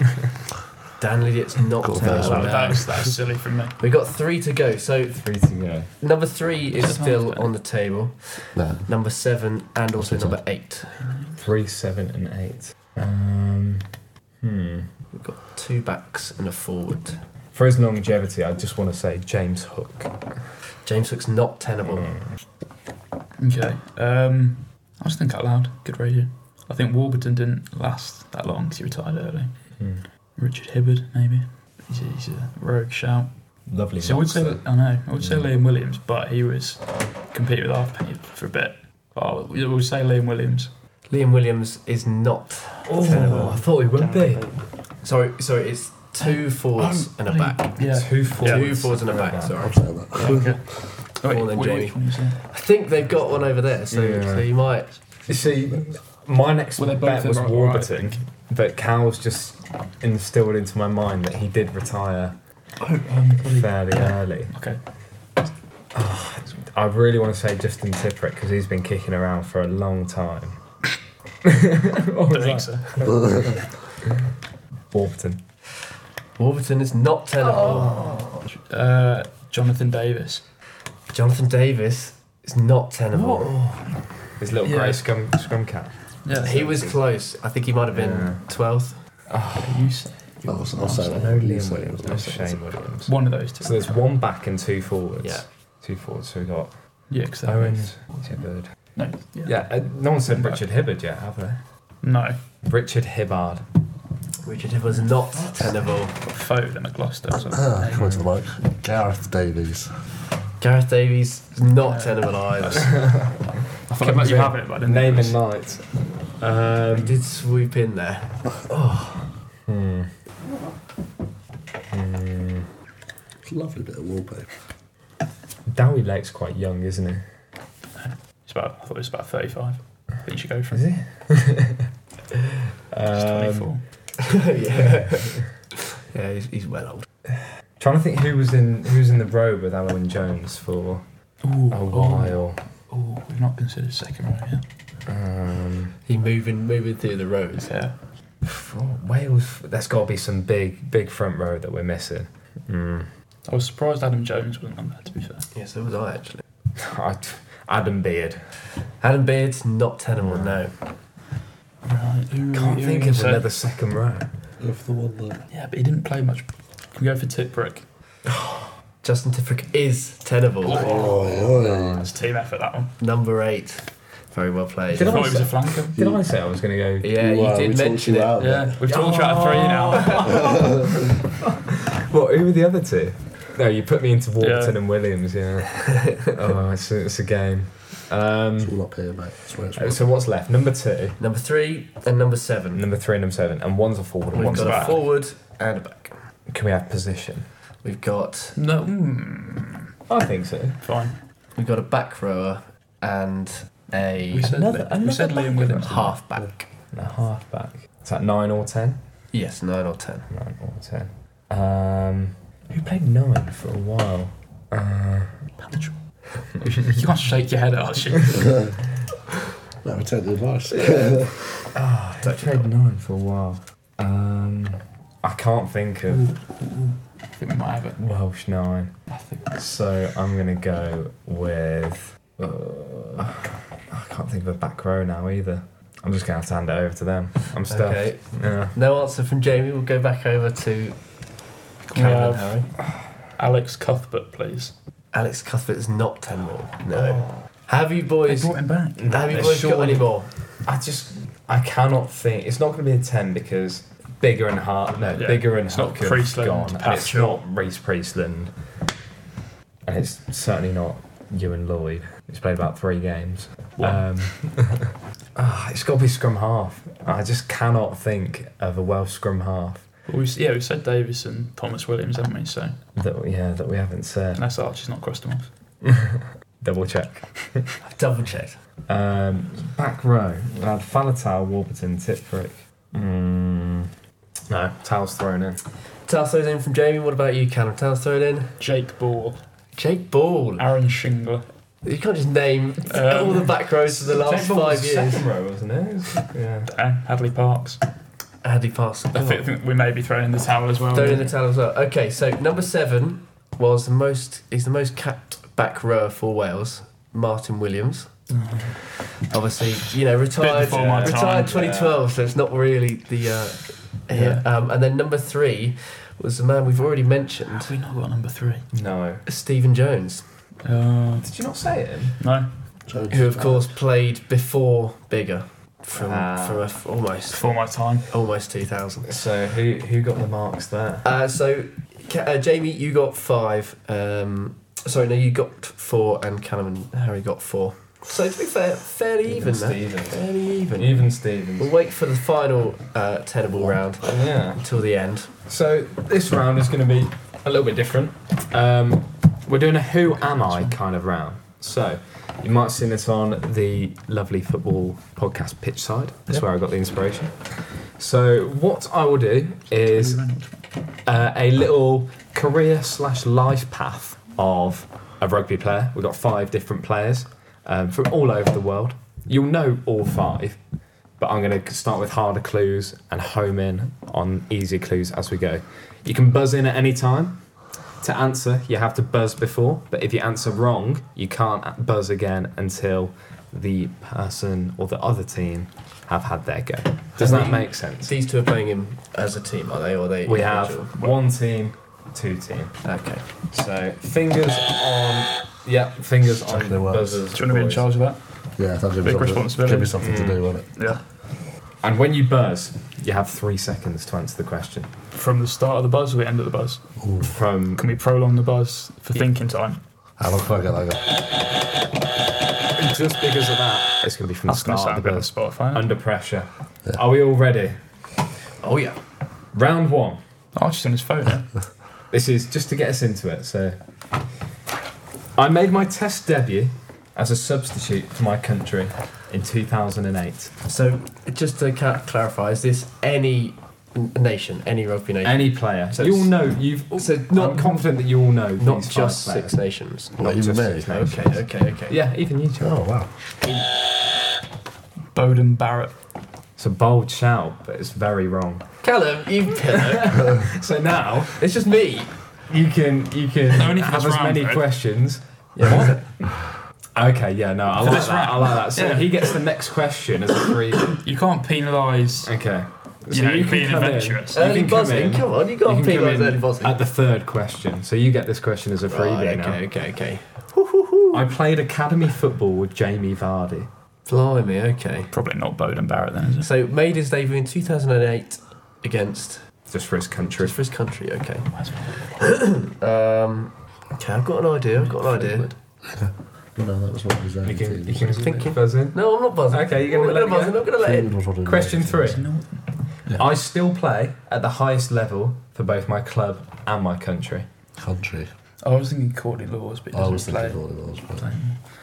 [SPEAKER 3] Dan Lidiott's not
[SPEAKER 4] Cool,
[SPEAKER 3] tenable.
[SPEAKER 4] that's
[SPEAKER 2] Oh,
[SPEAKER 3] no.
[SPEAKER 2] that, was, that was silly from me.
[SPEAKER 3] We've got three to go. So
[SPEAKER 1] Three to go.
[SPEAKER 3] number three is
[SPEAKER 2] Just
[SPEAKER 3] still
[SPEAKER 2] after.
[SPEAKER 3] on the table.
[SPEAKER 4] No.
[SPEAKER 3] Number seven and also number eight.
[SPEAKER 1] Three, seven, and eight. Um, hmm.
[SPEAKER 3] We've got two backs and a forward.
[SPEAKER 1] For his longevity, I just want to say James Hook.
[SPEAKER 3] James Hook's not tenable.
[SPEAKER 1] Mm.
[SPEAKER 2] Okay. Um, I was thinking out loud. Good radio. I think Warburton didn't last that long because he retired early.
[SPEAKER 1] Hmm.
[SPEAKER 2] Richard Hibbard, maybe. He's a, he's a rogue shout.
[SPEAKER 1] Lovely.
[SPEAKER 2] So I would say
[SPEAKER 1] boxer.
[SPEAKER 2] I know I would say
[SPEAKER 1] Mm.
[SPEAKER 2] Liam Williams, but he was competing with Halfpenny for a bit. Oh, we would say Liam Williams.
[SPEAKER 3] Liam Williams is not
[SPEAKER 1] Oh,
[SPEAKER 3] tenable.
[SPEAKER 1] I thought he would be. Um,
[SPEAKER 3] Sorry, sorry, it's two forwards and a back.
[SPEAKER 2] Yeah.
[SPEAKER 1] Two forwards.
[SPEAKER 3] Two forwards and a back, sorry.
[SPEAKER 4] I'm saying that.
[SPEAKER 2] Okay.
[SPEAKER 3] Come on then, Jamie. I think they've got one over there, so,
[SPEAKER 1] Yeah.
[SPEAKER 3] so you might.
[SPEAKER 1] You see, my next
[SPEAKER 2] Well, they both
[SPEAKER 1] bet was
[SPEAKER 2] are right, I
[SPEAKER 1] Warburton,
[SPEAKER 2] think.
[SPEAKER 1] but Cal's just instilled into my mind that he did retire
[SPEAKER 2] Um,
[SPEAKER 1] fairly early. Ah,
[SPEAKER 2] Okay.
[SPEAKER 1] I really want to say Justin Tipperick because he's been kicking around for a long time. What
[SPEAKER 2] Don't
[SPEAKER 1] was
[SPEAKER 2] think
[SPEAKER 1] that?
[SPEAKER 2] so.
[SPEAKER 1] Warburton.
[SPEAKER 3] Warburton is not tenable.
[SPEAKER 1] Oh.
[SPEAKER 2] Oh. Uh, Jonathan Davis.
[SPEAKER 3] Jonathan Davis is not tenable.
[SPEAKER 1] His little
[SPEAKER 2] Yeah.
[SPEAKER 1] grey scum, scrum cat.
[SPEAKER 2] Yeah.
[SPEAKER 3] He was close. I think he might have
[SPEAKER 1] Yeah.
[SPEAKER 3] been twelfth.
[SPEAKER 2] You s-
[SPEAKER 4] I'll, I'll say that.
[SPEAKER 1] No
[SPEAKER 4] You
[SPEAKER 1] Liam
[SPEAKER 4] say
[SPEAKER 1] Williams,
[SPEAKER 4] that.
[SPEAKER 1] no Shane Williams.
[SPEAKER 2] one of those two.
[SPEAKER 1] So there's one back and two forwards.
[SPEAKER 3] Yeah.
[SPEAKER 1] Two forwards. So we've got
[SPEAKER 2] yeah, 'cause that
[SPEAKER 1] Owens, Hibbard.
[SPEAKER 2] No. Yeah.
[SPEAKER 1] Yeah, uh, no one said Richard Hibbard yet, have they?
[SPEAKER 2] No.
[SPEAKER 1] Richard Hibbard.
[SPEAKER 3] Richard Hill was not tenable.
[SPEAKER 2] Foden and a Gloucester. So.
[SPEAKER 4] Ah, come on to the mic. Gareth Davies.
[SPEAKER 3] Gareth Davies is not
[SPEAKER 2] Yeah.
[SPEAKER 3] tenable either.
[SPEAKER 2] I feel like you have it, but I didn't
[SPEAKER 1] Name
[SPEAKER 2] think
[SPEAKER 1] and
[SPEAKER 2] it
[SPEAKER 1] night.
[SPEAKER 3] He
[SPEAKER 1] Um,
[SPEAKER 3] did swoop in there.
[SPEAKER 1] hmm. Hmm.
[SPEAKER 4] It's a lovely bit of wallpaper.
[SPEAKER 1] Dowie Lake's quite young, isn't he?
[SPEAKER 2] It's about. I thought it was about thirty-five. I think you should go for
[SPEAKER 1] Is
[SPEAKER 2] it.
[SPEAKER 1] he?
[SPEAKER 2] It's
[SPEAKER 1] um,
[SPEAKER 2] Twenty-four.
[SPEAKER 3] yeah. Yeah, he's, he's well old.
[SPEAKER 1] trying to think who was in who was in the road with Alwyn Jones for
[SPEAKER 2] Ooh,
[SPEAKER 1] a
[SPEAKER 2] oh,
[SPEAKER 1] while.
[SPEAKER 2] Oh, we've not considered second row yet.
[SPEAKER 1] Um,
[SPEAKER 3] He moving moving through the rows.
[SPEAKER 2] Yeah.
[SPEAKER 1] for- Wales. There's got to be some big big front row that we're missing. Mm.
[SPEAKER 2] I was surprised Adam Jones wasn't on there, to be fair.
[SPEAKER 3] Yeah, so was I actually.
[SPEAKER 1] I- Adam Beard.
[SPEAKER 3] Adam Beard's not tenable, no.
[SPEAKER 2] Right.
[SPEAKER 3] Mm,
[SPEAKER 2] Who,
[SPEAKER 1] Can't
[SPEAKER 2] who
[SPEAKER 1] think
[SPEAKER 2] was
[SPEAKER 1] of
[SPEAKER 2] it?
[SPEAKER 1] another second row.
[SPEAKER 4] Go for the one that.
[SPEAKER 2] Yeah, but he didn't play much. Can we go for Tipperick?
[SPEAKER 3] Justin Tipperick is tenable.
[SPEAKER 4] Oh, yeah.
[SPEAKER 2] That's team effort, that one.
[SPEAKER 3] Number eight. Very well played.
[SPEAKER 1] Did
[SPEAKER 2] I
[SPEAKER 1] I
[SPEAKER 2] thought he was a
[SPEAKER 1] say-
[SPEAKER 2] flanker.
[SPEAKER 1] Did I say I was going to go?
[SPEAKER 3] Yeah, you,
[SPEAKER 4] are, we
[SPEAKER 3] did
[SPEAKER 4] talked
[SPEAKER 3] mention
[SPEAKER 4] you
[SPEAKER 3] it.
[SPEAKER 4] out there.
[SPEAKER 2] Yeah, we've talked about three now.
[SPEAKER 1] What? Who were the other two? No, you put me into Warburton
[SPEAKER 2] Yeah.
[SPEAKER 1] and Williams. Yeah. oh, it's a, it's a game.
[SPEAKER 4] It's
[SPEAKER 1] Um,
[SPEAKER 4] all up here, mate. That's where it's
[SPEAKER 1] uh, so what's left? Number two,
[SPEAKER 3] Number three and number seven.
[SPEAKER 1] number three, and number seven, and one's a forward and
[SPEAKER 3] We've
[SPEAKER 1] one's
[SPEAKER 3] got
[SPEAKER 1] a
[SPEAKER 3] a
[SPEAKER 1] back.
[SPEAKER 3] forward and a back.
[SPEAKER 1] Can we have position?
[SPEAKER 3] We've got
[SPEAKER 2] no. mm,
[SPEAKER 1] I think so.
[SPEAKER 2] Fine.
[SPEAKER 3] we've got a back rower and
[SPEAKER 1] a
[SPEAKER 2] We said,
[SPEAKER 1] another,
[SPEAKER 2] Li-
[SPEAKER 1] another
[SPEAKER 2] we said Liam Williams.
[SPEAKER 3] Half back.
[SPEAKER 1] and a half back. Is that nine or ten?
[SPEAKER 3] Yes, nine or ten.
[SPEAKER 1] Nine or ten. Um, who played nine for a while? Uh,
[SPEAKER 2] you can't shake your head, Archie.
[SPEAKER 4] No, we take the advice.
[SPEAKER 1] ah, who played nine for a while? Um, I can't think of
[SPEAKER 2] I think we might have it.
[SPEAKER 1] Welsh nine.
[SPEAKER 2] I think.
[SPEAKER 1] So I'm gonna go with. Uh, I can't think of a back row now either. I'm just gonna have to hand it over to them. I'm stuffed.
[SPEAKER 3] Okay.
[SPEAKER 1] Yeah.
[SPEAKER 3] No answer from Jamie. We'll go back over to
[SPEAKER 2] Can we
[SPEAKER 3] Callum
[SPEAKER 2] have
[SPEAKER 3] and Harry.
[SPEAKER 2] Alex Cuthbert, please?
[SPEAKER 3] Alex Cuthbert is not ten more.
[SPEAKER 2] Oh.
[SPEAKER 3] No. Have you boys?
[SPEAKER 2] him back.
[SPEAKER 3] Have you
[SPEAKER 1] There's
[SPEAKER 3] boys got
[SPEAKER 1] surely-
[SPEAKER 3] any more?
[SPEAKER 1] I just I cannot think. It's not going to be a ten because bigger and hard. No,
[SPEAKER 2] Yeah.
[SPEAKER 1] bigger and
[SPEAKER 2] It's not
[SPEAKER 1] Hartford
[SPEAKER 2] Priestland,
[SPEAKER 1] gone. and It's
[SPEAKER 2] Patchell.
[SPEAKER 1] not Reese Priestland, and it's certainly not Ewan Lloyd. He's played about three games.
[SPEAKER 2] One.
[SPEAKER 1] Um, ah, it's got to be scrum half. I just cannot think of a Welsh scrum half
[SPEAKER 2] Well, we, yeah, we said Davis and Thomas Williams, haven't we? So
[SPEAKER 1] that yeah that we haven't said.
[SPEAKER 2] unless Archie's not crossed them off.
[SPEAKER 1] Double check.
[SPEAKER 3] I've double checked.
[SPEAKER 1] Um, back row. We had Falatau, Warburton, Tipfrick. Mm. No, Tal's thrown in.
[SPEAKER 3] Towels thrown in from Jamie. What about you, Callum? Towels thrown in.
[SPEAKER 2] Jake Ball,
[SPEAKER 3] Jake Ball.
[SPEAKER 2] Aaron Shingler.
[SPEAKER 3] You can't just name uh,
[SPEAKER 2] Um,
[SPEAKER 3] all the back rows for the last five years.
[SPEAKER 1] Second row, wasn't it? yeah.
[SPEAKER 2] Dan Hadley Parks.
[SPEAKER 3] Andy Parsons.
[SPEAKER 2] I thi- think we may be throwing in the towel as well.
[SPEAKER 3] Thrown in the towel as well. Okay, so number seven was the most is the most capped back rower for Wales. Martin Williams,
[SPEAKER 2] Oh,
[SPEAKER 3] obviously, you know, retired,
[SPEAKER 2] before my time.
[SPEAKER 3] retired 2012, so it's not really the. Uh, yeah. um, and then number three was the man we've already mentioned,
[SPEAKER 2] Have we not got number three?
[SPEAKER 1] No.
[SPEAKER 3] Stephen Jones,
[SPEAKER 2] Uh,
[SPEAKER 1] Did you not say it?
[SPEAKER 2] no,
[SPEAKER 4] Jones.
[SPEAKER 3] who of
[SPEAKER 2] Oh.
[SPEAKER 3] course played before Bigger, from
[SPEAKER 1] Ah.
[SPEAKER 3] from a f almost
[SPEAKER 2] before my time.
[SPEAKER 3] almost 2000.
[SPEAKER 1] So who who got the marks there?
[SPEAKER 3] Uh, so, Ca- uh, Jamie, you got five. Um, sorry, no, you got four, and Callum and Harry got four. So to be fair, fairly even, there.
[SPEAKER 1] Stevens.
[SPEAKER 3] Fairly even.
[SPEAKER 1] Even Stevens.
[SPEAKER 3] We'll wait for the final uh, tenable round
[SPEAKER 1] Yeah.
[SPEAKER 3] until the end.
[SPEAKER 1] So this round is going to be a little bit different. Um, we're doing a who am I kind of round. So you might have seen this on the lovely football podcast pitch side. That's
[SPEAKER 2] Yep.
[SPEAKER 1] where I got the inspiration. So what I will do is uh, a little career slash life path of a rugby player. We've got five different players um, from all over the world. You'll know all five, but I'm going to start with harder clues and home in on easy clues as we go. You can buzz in at any time. To answer, you have to buzz before, but if you answer wrong, you can't a- buzz again until the person or the other team have had their go. Does that make sense?
[SPEAKER 3] These two are playing him as a team, are they? Or are they?
[SPEAKER 1] We have
[SPEAKER 3] individual?
[SPEAKER 1] one team, two team.
[SPEAKER 3] Okay.
[SPEAKER 1] So fingers on. Yeah, fingers on
[SPEAKER 4] Exactly what.
[SPEAKER 1] buzzers.
[SPEAKER 2] Do you want to be in
[SPEAKER 1] boys.
[SPEAKER 2] charge of that?
[SPEAKER 4] Yeah, that'd be
[SPEAKER 2] Big
[SPEAKER 4] something-
[SPEAKER 2] responsibility. Mm.
[SPEAKER 4] Give me something to do, won't it?
[SPEAKER 2] Yeah.
[SPEAKER 1] And when you buzz, you have three seconds to answer the question.
[SPEAKER 2] From the start of the buzz or the end of the buzz?
[SPEAKER 4] Ooh,
[SPEAKER 1] From
[SPEAKER 2] Can we prolong the buzz for
[SPEAKER 1] Yeah.
[SPEAKER 2] thinking time?
[SPEAKER 4] how long can I get that guy?
[SPEAKER 1] just because of that, it's going to be from the
[SPEAKER 2] That's going
[SPEAKER 1] start
[SPEAKER 2] to sound
[SPEAKER 1] of the
[SPEAKER 2] a bit on
[SPEAKER 1] buzz.
[SPEAKER 2] Spotify.
[SPEAKER 1] Under pressure.
[SPEAKER 4] Yeah.
[SPEAKER 1] Are we all ready?
[SPEAKER 3] Oh yeah.
[SPEAKER 1] Round one.
[SPEAKER 2] Archie's on his phone. yeah?
[SPEAKER 1] This is just to get us into it. So, I made my test debut as a substitute for my country in 2008.
[SPEAKER 3] So just to ca- clarify, is this any n- nation, any rugby nation?
[SPEAKER 1] Any player,
[SPEAKER 3] So
[SPEAKER 1] you all
[SPEAKER 3] it's-
[SPEAKER 1] know. You've.
[SPEAKER 3] so
[SPEAKER 1] Not
[SPEAKER 3] not
[SPEAKER 1] I'm confident that you all know.
[SPEAKER 3] not
[SPEAKER 1] these five
[SPEAKER 3] just
[SPEAKER 1] players.
[SPEAKER 3] Six Nations.
[SPEAKER 4] Not even
[SPEAKER 1] just
[SPEAKER 4] me.
[SPEAKER 1] Six Nations.
[SPEAKER 3] Okay. Okay. Okay.
[SPEAKER 1] Yeah, even you, Joe.
[SPEAKER 4] Oh, wow.
[SPEAKER 2] Bowden Barrett.
[SPEAKER 1] It's a bold shout, but it's very wrong.
[SPEAKER 3] Callum, you pillow.
[SPEAKER 1] So now
[SPEAKER 3] it's just me.
[SPEAKER 1] you can you can
[SPEAKER 2] Only for
[SPEAKER 1] have
[SPEAKER 2] this
[SPEAKER 1] as
[SPEAKER 2] round,
[SPEAKER 1] many
[SPEAKER 2] Fred.
[SPEAKER 1] questions. Yeah. okay, yeah, no, I
[SPEAKER 2] For
[SPEAKER 1] like
[SPEAKER 2] this
[SPEAKER 1] that. I like that. So
[SPEAKER 2] Yeah.
[SPEAKER 1] he gets the next question as a free.
[SPEAKER 2] You can't penalise.
[SPEAKER 1] Okay. So
[SPEAKER 2] you know,
[SPEAKER 1] you
[SPEAKER 2] being
[SPEAKER 1] can come in.
[SPEAKER 2] adventurous.
[SPEAKER 1] You
[SPEAKER 3] Early
[SPEAKER 1] can come
[SPEAKER 3] buzzing.
[SPEAKER 1] in.
[SPEAKER 3] Come, on, you
[SPEAKER 1] You
[SPEAKER 3] got to
[SPEAKER 1] can
[SPEAKER 3] feel
[SPEAKER 1] come
[SPEAKER 3] like
[SPEAKER 1] in
[SPEAKER 3] early buzzing.
[SPEAKER 1] at the third question. So you get this question as a freebie
[SPEAKER 3] Right,
[SPEAKER 1] now.
[SPEAKER 3] okay, okay, okay.
[SPEAKER 1] I played academy football with Jamie Vardy.
[SPEAKER 3] Blimey, okay.
[SPEAKER 2] Probably not Bowden Barrett then, is it?
[SPEAKER 3] So made his debut in 2008 against
[SPEAKER 1] Just for his country.
[SPEAKER 3] just for his country. Okay. Um, okay, I've got an idea. I've got an idea.
[SPEAKER 4] No, that was what was there.
[SPEAKER 1] You can, you
[SPEAKER 4] Food
[SPEAKER 1] can
[SPEAKER 3] Thinking.
[SPEAKER 1] buzz in.
[SPEAKER 3] No, I'm not buzzing.
[SPEAKER 1] Okay, you're gonna
[SPEAKER 3] I'm not
[SPEAKER 1] let
[SPEAKER 3] buzzing.
[SPEAKER 1] it
[SPEAKER 3] I'm gonna let it.
[SPEAKER 4] was what I did.
[SPEAKER 1] Question three.
[SPEAKER 2] No.
[SPEAKER 1] I still play at the highest level for both my club and my country.
[SPEAKER 4] Country.
[SPEAKER 2] Oh, I was thinking Courtney Laws, but he
[SPEAKER 4] I
[SPEAKER 2] doesn't
[SPEAKER 4] was
[SPEAKER 2] play.
[SPEAKER 4] thinking what it was. But
[SPEAKER 2] Play.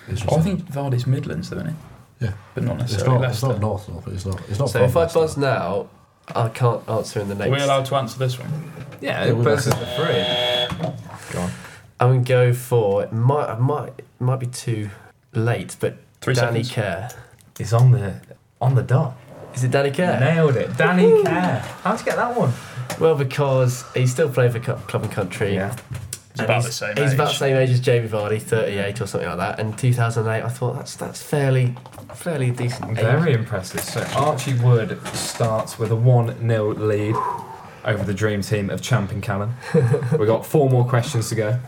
[SPEAKER 4] it's
[SPEAKER 2] Oh, I
[SPEAKER 4] just-
[SPEAKER 2] think Vardy's Midlands, though, isn't he? but not
[SPEAKER 4] It's
[SPEAKER 2] necessarily
[SPEAKER 4] not, it's
[SPEAKER 2] Leicester.
[SPEAKER 4] not North Norfolk. It's not. It's not.
[SPEAKER 3] So
[SPEAKER 4] from
[SPEAKER 3] if I
[SPEAKER 4] Leicester.
[SPEAKER 3] buzz now, I can't answer in the
[SPEAKER 2] Are we
[SPEAKER 3] next.
[SPEAKER 2] allowed to answer this one?
[SPEAKER 1] Yeah,
[SPEAKER 4] Yeah,
[SPEAKER 1] it
[SPEAKER 4] we're
[SPEAKER 1] puts us for free. Go on.
[SPEAKER 3] I'm gonna go for it. Might I might it might be too late, but
[SPEAKER 2] Three
[SPEAKER 3] Danny
[SPEAKER 2] seconds.
[SPEAKER 3] Care.
[SPEAKER 1] It's on the on the dot.
[SPEAKER 3] Is it Danny Care?
[SPEAKER 1] Nailed it. Danny Care. How'd you get that one?
[SPEAKER 3] Well, because he's still playing for Cu- Club and Country.
[SPEAKER 2] It's
[SPEAKER 3] And
[SPEAKER 2] about
[SPEAKER 3] he's,
[SPEAKER 2] the same
[SPEAKER 3] he's
[SPEAKER 2] age.
[SPEAKER 3] about the same age as Jamie Vardy, 38 or something like that. And 2008, I thought that's that's fairly fairly decent. age.
[SPEAKER 1] Very impressive. So Archie Wood starts with a 1 0 lead over the dream team of Champ and Callum. We've got four more questions to go.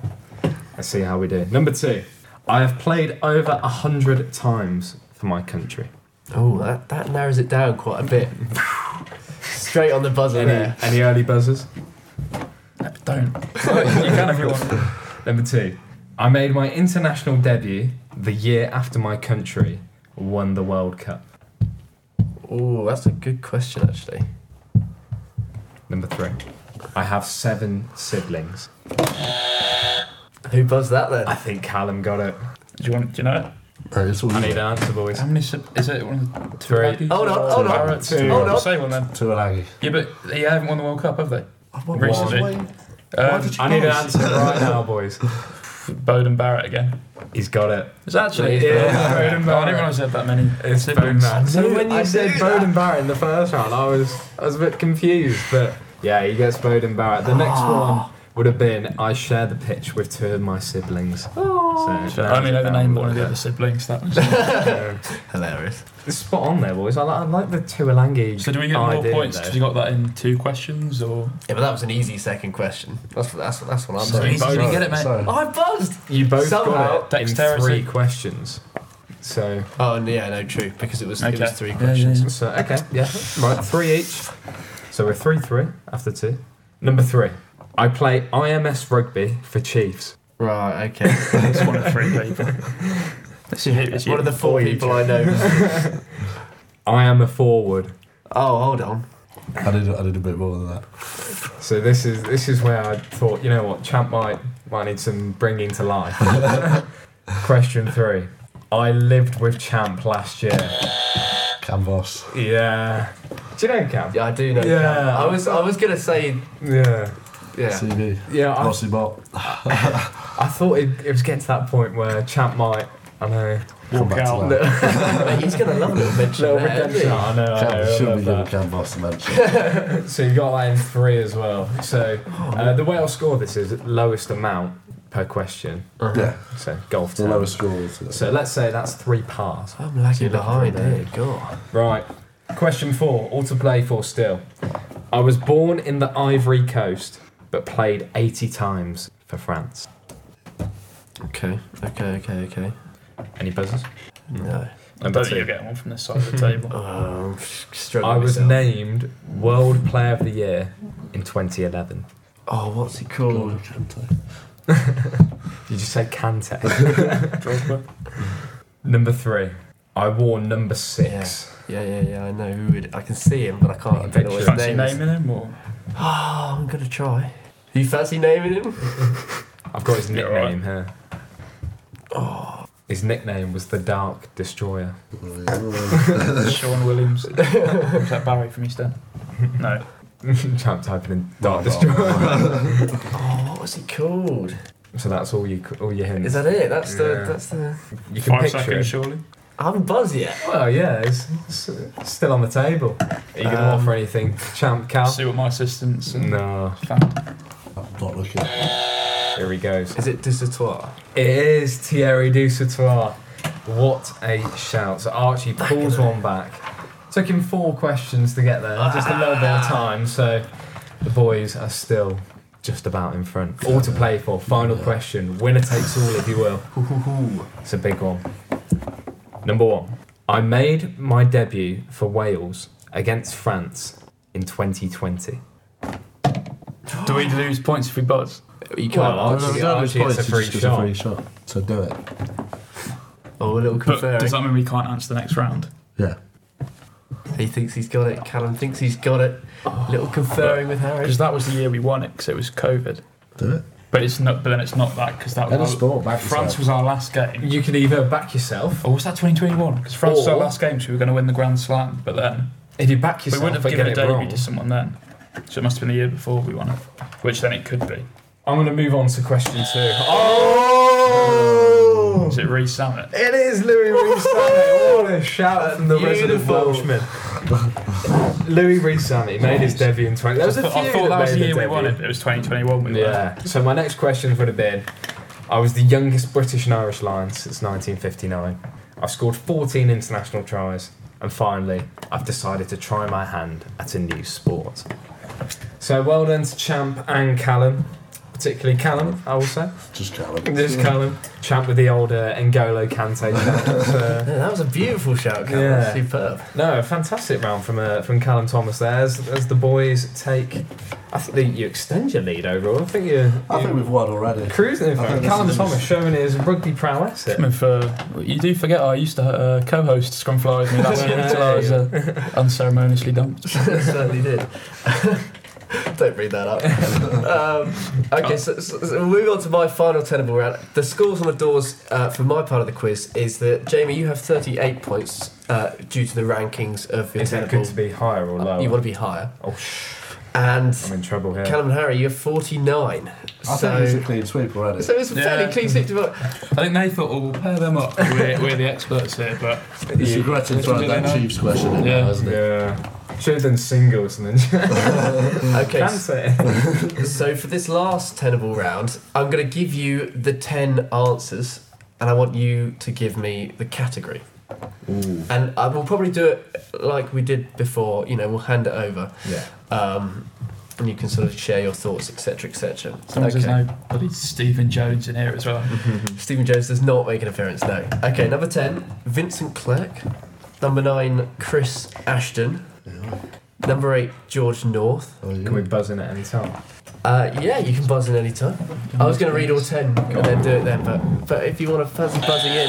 [SPEAKER 1] Let's see how we do. Number two. I have played over a hundred times for my country.
[SPEAKER 3] Oh, that, that narrows it down quite a bit. Straight on the buzzer
[SPEAKER 1] Any,
[SPEAKER 3] there.
[SPEAKER 1] any early buzzers?
[SPEAKER 2] No, don't.
[SPEAKER 1] you can if you want. Number two. I made my international debut the year after my country won the World Cup.
[SPEAKER 3] Oh, that's a good question actually.
[SPEAKER 1] Number three. I have seven siblings.
[SPEAKER 3] Who buzzed that then?
[SPEAKER 1] I think Callum got it.
[SPEAKER 2] Do you want? Do you know
[SPEAKER 4] Right, it's all
[SPEAKER 1] I
[SPEAKER 4] you
[SPEAKER 1] need
[SPEAKER 4] got.
[SPEAKER 1] an answer, boys.
[SPEAKER 2] it? How many? Sub- is it one of the two
[SPEAKER 1] Three.
[SPEAKER 2] Aggies
[SPEAKER 3] Hold on,
[SPEAKER 2] or-
[SPEAKER 3] hold on,
[SPEAKER 2] Barretts?
[SPEAKER 1] hold
[SPEAKER 2] Well,
[SPEAKER 3] on.
[SPEAKER 2] Say one then.
[SPEAKER 4] Two and Aggie.
[SPEAKER 2] Yeah, but they haven't won the World Cup, have they?
[SPEAKER 4] What,
[SPEAKER 2] Recently.
[SPEAKER 4] Why
[SPEAKER 2] Um,
[SPEAKER 4] did you
[SPEAKER 1] I need an
[SPEAKER 4] guys-
[SPEAKER 1] answer right now, boys.
[SPEAKER 2] Bowden Barrett again.
[SPEAKER 1] He's got it.
[SPEAKER 2] It's actually.
[SPEAKER 1] Yeah,
[SPEAKER 2] Oh,
[SPEAKER 1] Bowden
[SPEAKER 2] I
[SPEAKER 1] Barrett.
[SPEAKER 2] didn't realise they had that many.
[SPEAKER 1] It's
[SPEAKER 2] siblings.
[SPEAKER 1] Bowden So
[SPEAKER 3] knew-
[SPEAKER 1] when you
[SPEAKER 3] I
[SPEAKER 1] said
[SPEAKER 3] knew
[SPEAKER 1] Bowden Barrett in the first round, I was I was a bit confused, but yeah, he gets Bowden Barrett. The next
[SPEAKER 3] Ah.
[SPEAKER 1] one would have been I share the pitch with two of my siblings. So,
[SPEAKER 2] I only know the name of one of the other siblings. That was.
[SPEAKER 1] Um,
[SPEAKER 3] Hilarious.
[SPEAKER 1] it's spot on there, boys. I like, I like the Tuolangi.
[SPEAKER 2] so do we get more
[SPEAKER 1] idea,
[SPEAKER 2] points because
[SPEAKER 1] though.
[SPEAKER 2] you got that in two questions, or
[SPEAKER 3] Yeah, but that was an easy second question. That's that's that's what I'm
[SPEAKER 2] Sorry,
[SPEAKER 3] doing.
[SPEAKER 2] Bo- didn't get it, mate.
[SPEAKER 4] Sorry.
[SPEAKER 3] I buzzed.
[SPEAKER 1] You both
[SPEAKER 3] Somehow,
[SPEAKER 1] got it in
[SPEAKER 2] dexterity.
[SPEAKER 1] three questions. So,
[SPEAKER 3] Oh and yeah, no, true. Because it was it
[SPEAKER 2] Okay.
[SPEAKER 3] was three
[SPEAKER 2] Yeah,
[SPEAKER 3] questions.
[SPEAKER 2] yeah,
[SPEAKER 1] so okay, yeah, right, three each. So we're three three after two. Number three, I play IMS rugby for Chiefs.
[SPEAKER 3] Right. Okay.
[SPEAKER 2] it's one of three people? This is it.
[SPEAKER 3] One of the four
[SPEAKER 1] Or you
[SPEAKER 3] people I know.
[SPEAKER 1] I am a forward.
[SPEAKER 3] Oh, hold on.
[SPEAKER 4] I did. I did a bit more than that.
[SPEAKER 1] So this is this is where I thought, you know what, Champ might might need some bringing to life. Question three. I lived with Champ last year.
[SPEAKER 4] Canvas.
[SPEAKER 1] Yeah. Do you know Camp?
[SPEAKER 3] Yeah, I do know.
[SPEAKER 1] Yeah.
[SPEAKER 3] Cam. I was I was gonna say
[SPEAKER 1] Yeah.
[SPEAKER 3] yeah.
[SPEAKER 4] CV.
[SPEAKER 1] Yeah, I,
[SPEAKER 4] Rossi Bot.
[SPEAKER 1] I thought it, it was getting to that point where Champ might, I know,
[SPEAKER 4] Come back
[SPEAKER 2] out.
[SPEAKER 4] to that.
[SPEAKER 3] Mate, he's gonna love a little mention
[SPEAKER 1] little
[SPEAKER 3] there, isn't he?
[SPEAKER 1] redemption. I know, I know,
[SPEAKER 4] Canvas
[SPEAKER 1] I
[SPEAKER 4] should
[SPEAKER 1] love
[SPEAKER 4] be
[SPEAKER 1] that.
[SPEAKER 4] given Canvas a mention.
[SPEAKER 1] So you got that in three as well. So uh,
[SPEAKER 3] Um,
[SPEAKER 1] the way I'll score this is lowest amount per question.
[SPEAKER 4] yeah,
[SPEAKER 1] So golf
[SPEAKER 4] the
[SPEAKER 1] town.
[SPEAKER 4] lowest score. So
[SPEAKER 1] So let's say that's three pars.
[SPEAKER 3] I'm lagging
[SPEAKER 1] Two
[SPEAKER 3] behind.
[SPEAKER 1] left,
[SPEAKER 3] Dear God.
[SPEAKER 1] Right. Question four, all to play for still. I was born in the Ivory Coast, but played 80 times for France.
[SPEAKER 3] Okay. Okay. Okay. Okay.
[SPEAKER 1] Any buzzers?
[SPEAKER 3] No.
[SPEAKER 2] I bet you're getting one from this side of the table.
[SPEAKER 3] Um, struggling.
[SPEAKER 1] I was
[SPEAKER 3] myself.
[SPEAKER 1] named World Player of the Year in 2011.
[SPEAKER 3] Oh, what's he called?
[SPEAKER 1] Did you say Kante? number three. I wore number six.
[SPEAKER 3] Yeah, yeah, yeah. I know who it. I can see him, but I can't. I don't know what his
[SPEAKER 2] Fancy
[SPEAKER 3] name is.
[SPEAKER 2] naming him, or
[SPEAKER 3] Oh, I'm gonna try. You fancy naming him?
[SPEAKER 1] I've got his
[SPEAKER 2] You're
[SPEAKER 1] nickname here. Oh.
[SPEAKER 3] Oh,
[SPEAKER 1] His nickname was the Dark Destroyer.
[SPEAKER 2] Sean Williams? Is that Barry from East End? No.
[SPEAKER 1] Champ typing in Dark Destroyer.
[SPEAKER 3] Oh, what was he called?
[SPEAKER 1] So that's all you all your hints.
[SPEAKER 3] Is that it? That's the.
[SPEAKER 1] Yeah.
[SPEAKER 3] That's the.
[SPEAKER 1] you can
[SPEAKER 2] Five
[SPEAKER 1] picture it.
[SPEAKER 2] seconds, surely.
[SPEAKER 3] I haven't buzzed yet.
[SPEAKER 1] Well, yeah, it's, it's still on the table. Are you going to
[SPEAKER 3] Um,
[SPEAKER 1] offer anything, Champ Cal?
[SPEAKER 2] See what my assistants and
[SPEAKER 1] No.
[SPEAKER 2] found.
[SPEAKER 4] I'm not looking.
[SPEAKER 1] Here he goes.
[SPEAKER 3] Is it Dissertoire?
[SPEAKER 1] It is Thierry Dusatoir. What a shout. So Archie pulls one back. Took him four questions to get there, just a little bit
[SPEAKER 2] Ah.
[SPEAKER 1] of time. So the boys are still just about in front. All to play for. Final question. Winner takes all, if you will. It's a big one. Number one. I made my debut for Wales against France in 2020.
[SPEAKER 2] Do we lose points if we buzz?
[SPEAKER 3] You can't
[SPEAKER 1] Well,
[SPEAKER 3] answer.
[SPEAKER 1] no,
[SPEAKER 3] it.
[SPEAKER 1] no. Archie, it's a free
[SPEAKER 4] just
[SPEAKER 1] shot.
[SPEAKER 4] free shot. So do it.
[SPEAKER 3] Oh, a little
[SPEAKER 2] But
[SPEAKER 3] conferring.
[SPEAKER 2] does that mean we can't answer the next round?
[SPEAKER 4] Yeah.
[SPEAKER 3] He thinks he's got it. Callum thinks he's got it. Little conferring with Harry.
[SPEAKER 2] Because that was the year we won it, because it was COVID.
[SPEAKER 4] Do it.
[SPEAKER 2] But it's not. But then it's not that because that
[SPEAKER 4] Let us
[SPEAKER 2] was our-
[SPEAKER 4] sport back
[SPEAKER 2] France
[SPEAKER 4] France
[SPEAKER 2] was our last game.
[SPEAKER 1] You could either back yourself.
[SPEAKER 2] Or was that 2021? Because France was our
[SPEAKER 1] Or-
[SPEAKER 2] last game, so we were going to win the Grand Slam. But then
[SPEAKER 1] If you back
[SPEAKER 2] we
[SPEAKER 1] yourself,
[SPEAKER 2] wouldn't
[SPEAKER 1] but
[SPEAKER 2] have given a
[SPEAKER 1] get it
[SPEAKER 2] debut
[SPEAKER 1] wrong.
[SPEAKER 2] to someone then. So it must have been the year before we won it, which then it could be.
[SPEAKER 1] I'm going to move on to question two.
[SPEAKER 3] Oh!
[SPEAKER 2] Is it Reece Sammet?
[SPEAKER 1] It is Louis Rees Sammet. What a shout from the resident
[SPEAKER 3] Beautiful.
[SPEAKER 1] Welshman. Louis Rees Sammet made his debut in 20. There was a
[SPEAKER 2] I
[SPEAKER 1] few
[SPEAKER 2] thought, I thought that was the
[SPEAKER 1] made
[SPEAKER 2] year
[SPEAKER 1] their
[SPEAKER 2] we
[SPEAKER 1] debut.
[SPEAKER 2] won it. but It was 2021. We won it.
[SPEAKER 1] Yeah. So my next question would have been: I was the youngest British and Irish Lion since 1959. I've scored 14 international tries, and finally, I've decided to try my hand at a new sport. So well done to Champ and Callum, particularly Callum, I will say.
[SPEAKER 4] just Callum.
[SPEAKER 1] Just Callum, Champ with the old uh, N'Golo Kante. shout-outs, uh,
[SPEAKER 3] Yeah, that was a beautiful shout, Callum.
[SPEAKER 1] Yeah.
[SPEAKER 3] Superb.
[SPEAKER 1] No, a fantastic round from uh, from Callum Thomas there. As, as the boys take, I think that you extend your lead overall. I think you.
[SPEAKER 4] I think
[SPEAKER 1] you
[SPEAKER 4] we've won already.
[SPEAKER 1] cruising. in
[SPEAKER 4] I
[SPEAKER 1] front.
[SPEAKER 4] think
[SPEAKER 1] Callum
[SPEAKER 4] this is-
[SPEAKER 1] Thomas showing his rugby prowess. here.
[SPEAKER 2] Coming for you do forget I used to uh, co-host Scrumfly with me last year until I was uh, unceremoniously dumped.
[SPEAKER 3] certainly did. Don't bring that up. um, okay, so, so, so we'll move on to my final tenable round. The scores on the doors uh, for my part of the quiz is that Jamie, you have 38 points uh, due to the rankings of your
[SPEAKER 1] Is it
[SPEAKER 3] tenable.
[SPEAKER 1] good to be higher or lower?
[SPEAKER 3] you want to be higher,
[SPEAKER 1] oh, shh,
[SPEAKER 3] and
[SPEAKER 1] I'm in trouble here.
[SPEAKER 3] Callum and Harry, you have 49.
[SPEAKER 4] I
[SPEAKER 3] so,
[SPEAKER 4] think it's a clean sweep already.
[SPEAKER 3] so it's a fairly
[SPEAKER 2] Yeah.
[SPEAKER 3] clean sweep. to-
[SPEAKER 2] I think they thought, oh, we'll pair them up. We're, we're the experts here, but
[SPEAKER 4] It's
[SPEAKER 1] You-
[SPEAKER 4] regretting throwing
[SPEAKER 2] Little did
[SPEAKER 4] that
[SPEAKER 2] I know.
[SPEAKER 4] Chiefs question in
[SPEAKER 2] Yeah.
[SPEAKER 4] now, isn't it?
[SPEAKER 1] yeah, should have done singles and then
[SPEAKER 3] Okay,
[SPEAKER 1] Mm. Can say it.
[SPEAKER 3] So for this last tenable round, I'm going to give you the ten answers, and I want you to give me the category. And I will probably do it like we did before. You know, we'll hand it over,
[SPEAKER 1] Yeah.
[SPEAKER 3] um, and you can sort of share your thoughts, etc., etc.
[SPEAKER 2] as long as there's no bloody Stephen Jones in here as well.
[SPEAKER 3] Stephen Jones does not make an appearance. No. Okay, number ten, Vincent Clerk. Number nine, Chris Ashton. Number eight, George North.
[SPEAKER 4] Oh,
[SPEAKER 1] Can we
[SPEAKER 4] yeah.
[SPEAKER 1] buzz in at any time?
[SPEAKER 3] Uh, yeah, you can buzz in any time. I was going to read all ten and then do it then, but but if you want to fancy buzzing in,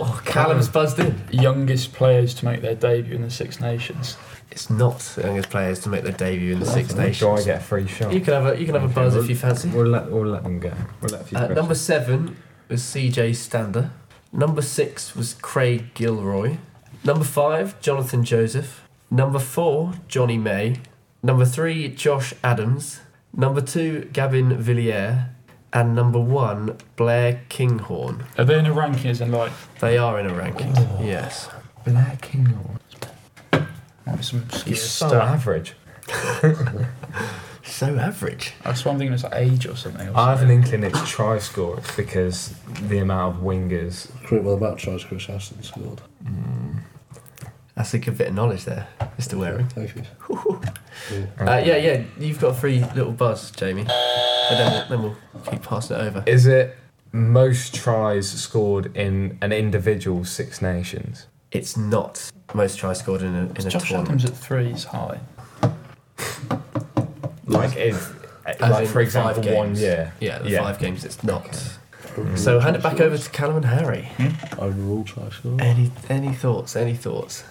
[SPEAKER 3] oh, Callum's buzzed in.
[SPEAKER 2] Youngest players to make their debut in the Six Nations.
[SPEAKER 3] It's not the youngest players to make their debut in the Six
[SPEAKER 1] Do I
[SPEAKER 3] Nations.
[SPEAKER 1] get a free shot?
[SPEAKER 3] You can have a you can have a buzz if you fancy.
[SPEAKER 1] We'll let we'll let them go. We'll let a few
[SPEAKER 3] Uh,
[SPEAKER 1] questions.
[SPEAKER 3] number seven was C.J. Stander. Number six was Craig Gilroy. Number five, Jonathan Joseph. Number four, Johnny May. Number three, Josh Adams. Number two, Gavin Villiers. And number one, Blair Kinghorn.
[SPEAKER 2] Are they in a rankings and like
[SPEAKER 3] They are in a ranking. Yes.
[SPEAKER 1] Black Kinghorn.
[SPEAKER 2] might be some obscure
[SPEAKER 1] He's so
[SPEAKER 2] stat?
[SPEAKER 1] average.
[SPEAKER 3] So average.
[SPEAKER 2] That's one thing. It's like age or something. Or
[SPEAKER 1] I have an
[SPEAKER 2] something.
[SPEAKER 1] inkling it's try score because the amount of wingers
[SPEAKER 4] Crit well about tries Chris Ashton scored.
[SPEAKER 3] That's a good bit of knowledge there, Mr. Waring.
[SPEAKER 4] Thank you.
[SPEAKER 3] Uh, yeah, yeah. You've got a free little buzz, Jamie. But then we'll, then we'll keep passing it over.
[SPEAKER 1] Is it most tries scored in an individual Six Nations?
[SPEAKER 3] It's not most tries scored in a, in a
[SPEAKER 2] Josh
[SPEAKER 3] tournament.
[SPEAKER 2] Adams at three is high.
[SPEAKER 1] Like if,
[SPEAKER 3] As
[SPEAKER 1] like
[SPEAKER 3] in
[SPEAKER 1] for
[SPEAKER 3] five
[SPEAKER 1] example,
[SPEAKER 3] games.
[SPEAKER 1] one year.
[SPEAKER 3] Yeah, the
[SPEAKER 1] Yeah.
[SPEAKER 3] five games. It's not.
[SPEAKER 4] Okay.
[SPEAKER 3] So hand it back over to Callum and Harry.
[SPEAKER 4] Overall try score.
[SPEAKER 3] Any any thoughts? Any thoughts?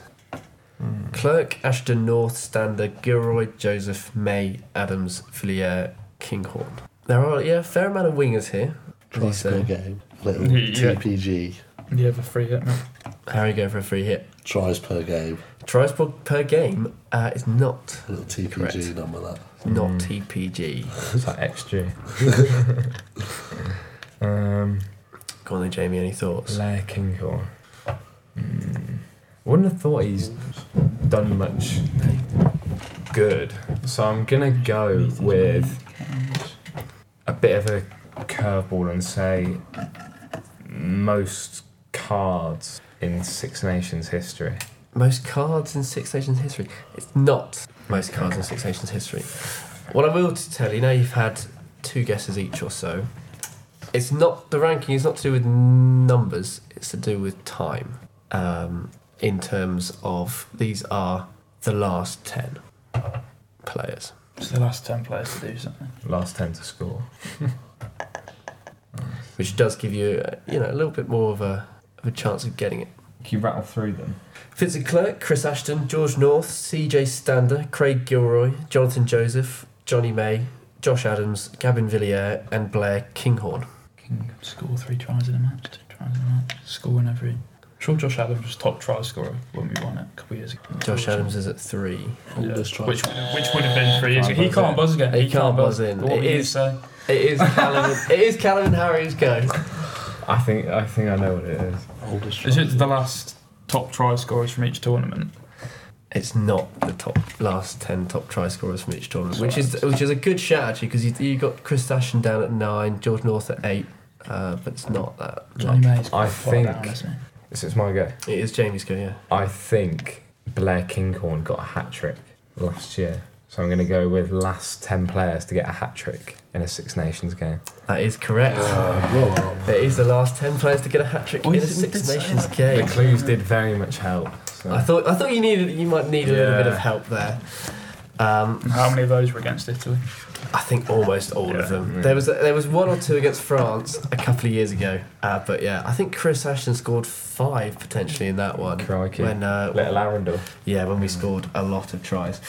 [SPEAKER 3] Hmm. Clerk, Ashton, North, Stander, Gilroy, Joseph, May, Adams, Villiers, Kinghorn. There are yeah, a fair amount of wingers here. uh,
[SPEAKER 4] Try score
[SPEAKER 3] so-
[SPEAKER 4] game. Little
[SPEAKER 2] Yeah.
[SPEAKER 4] TPG.
[SPEAKER 2] The other three hit me.
[SPEAKER 3] Harry go for a free hit.
[SPEAKER 4] Tries per game.
[SPEAKER 3] Tries per, per game uh, is not
[SPEAKER 4] Little TPG
[SPEAKER 3] Correct.
[SPEAKER 4] number that.
[SPEAKER 3] not TPG.
[SPEAKER 1] It's like XG. um,
[SPEAKER 3] Go on then, Jamie. Any thoughts?
[SPEAKER 1] Blair Kinghorn. Hmm. Wouldn't have thought he's done much good. So I'm gonna go with a bit of a curveball and say most cards in Six Nations history.
[SPEAKER 3] Most cards in Six Nations history. It's not most cards in Six Nations history. What I will t- tell you now, you've had two guesses each or so. It's not the ranking. is not to do with numbers. It's to do with time. Um, in terms of these are the last ten players.
[SPEAKER 2] It's the last ten players to do something.
[SPEAKER 1] Last 10 to score.
[SPEAKER 3] which does give you, uh, you know, a little bit more of a, of a chance of getting it.
[SPEAKER 1] Can you rattle through them?
[SPEAKER 3] Vincent Clerk, Chris Ashton, George North, C.J. Stander, Craig Gilroy, Jonathan Joseph, Johnny May, Josh Adams, Gavin Villiers, and Blair Kinghorn.
[SPEAKER 2] King score three tries in a match, two tries in a match, scoring every. sure, Josh Adams was top try scorer when we won it a couple of years ago.
[SPEAKER 3] Josh Adams is at three.
[SPEAKER 2] Yeah.
[SPEAKER 4] Oldest try.
[SPEAKER 2] Which which would have been three years ago.
[SPEAKER 1] Can't
[SPEAKER 2] He
[SPEAKER 1] buzz
[SPEAKER 2] can't
[SPEAKER 1] in.
[SPEAKER 2] buzz again.
[SPEAKER 3] He can't buzz in.
[SPEAKER 2] What
[SPEAKER 3] It
[SPEAKER 2] would you
[SPEAKER 3] is-
[SPEAKER 2] say?
[SPEAKER 3] It is Callum. it is Callum and Harry's go.
[SPEAKER 1] I think I think I know what it is.
[SPEAKER 4] Oldest try.
[SPEAKER 2] Is it the last top try scorers from each tournament?
[SPEAKER 3] It's not the top last ten top try scorers from each tournament, which is which is a good shout actually because you you got Chris Ashton down at nine, George North at eight, uh, but it's not that.
[SPEAKER 2] Johnny May's
[SPEAKER 1] I
[SPEAKER 2] quite far
[SPEAKER 1] think-
[SPEAKER 2] down, isn't he?
[SPEAKER 1] This is my go.
[SPEAKER 3] It is Jamie's go, yeah.
[SPEAKER 1] I think Blair Kinghorn got a hat trick last year, so I'm going to go with last ten players to get a hat trick in a Six Nations game.
[SPEAKER 3] That is correct.
[SPEAKER 4] Uh, Well,
[SPEAKER 3] It is the last ten players to get a hat trick
[SPEAKER 2] Oh,
[SPEAKER 3] in a
[SPEAKER 2] yes, we did
[SPEAKER 3] Six
[SPEAKER 2] say
[SPEAKER 3] Nations
[SPEAKER 2] that.
[SPEAKER 1] The
[SPEAKER 3] game.
[SPEAKER 1] clues did very much help. So.
[SPEAKER 3] I thought I thought you needed you might need a little bit of
[SPEAKER 1] Yeah.
[SPEAKER 3] help there. Um,
[SPEAKER 2] And How many of those were against Italy?
[SPEAKER 3] I think almost all
[SPEAKER 2] Yeah.
[SPEAKER 3] of them.
[SPEAKER 1] Mm.
[SPEAKER 3] There was there was one or two against France a couple of years ago, uh, but yeah, I think Chris Ashton scored five potentially in that one.
[SPEAKER 1] Crikey.
[SPEAKER 3] When uh,
[SPEAKER 1] Little Arundel.
[SPEAKER 3] yeah, when we scored a lot of tries.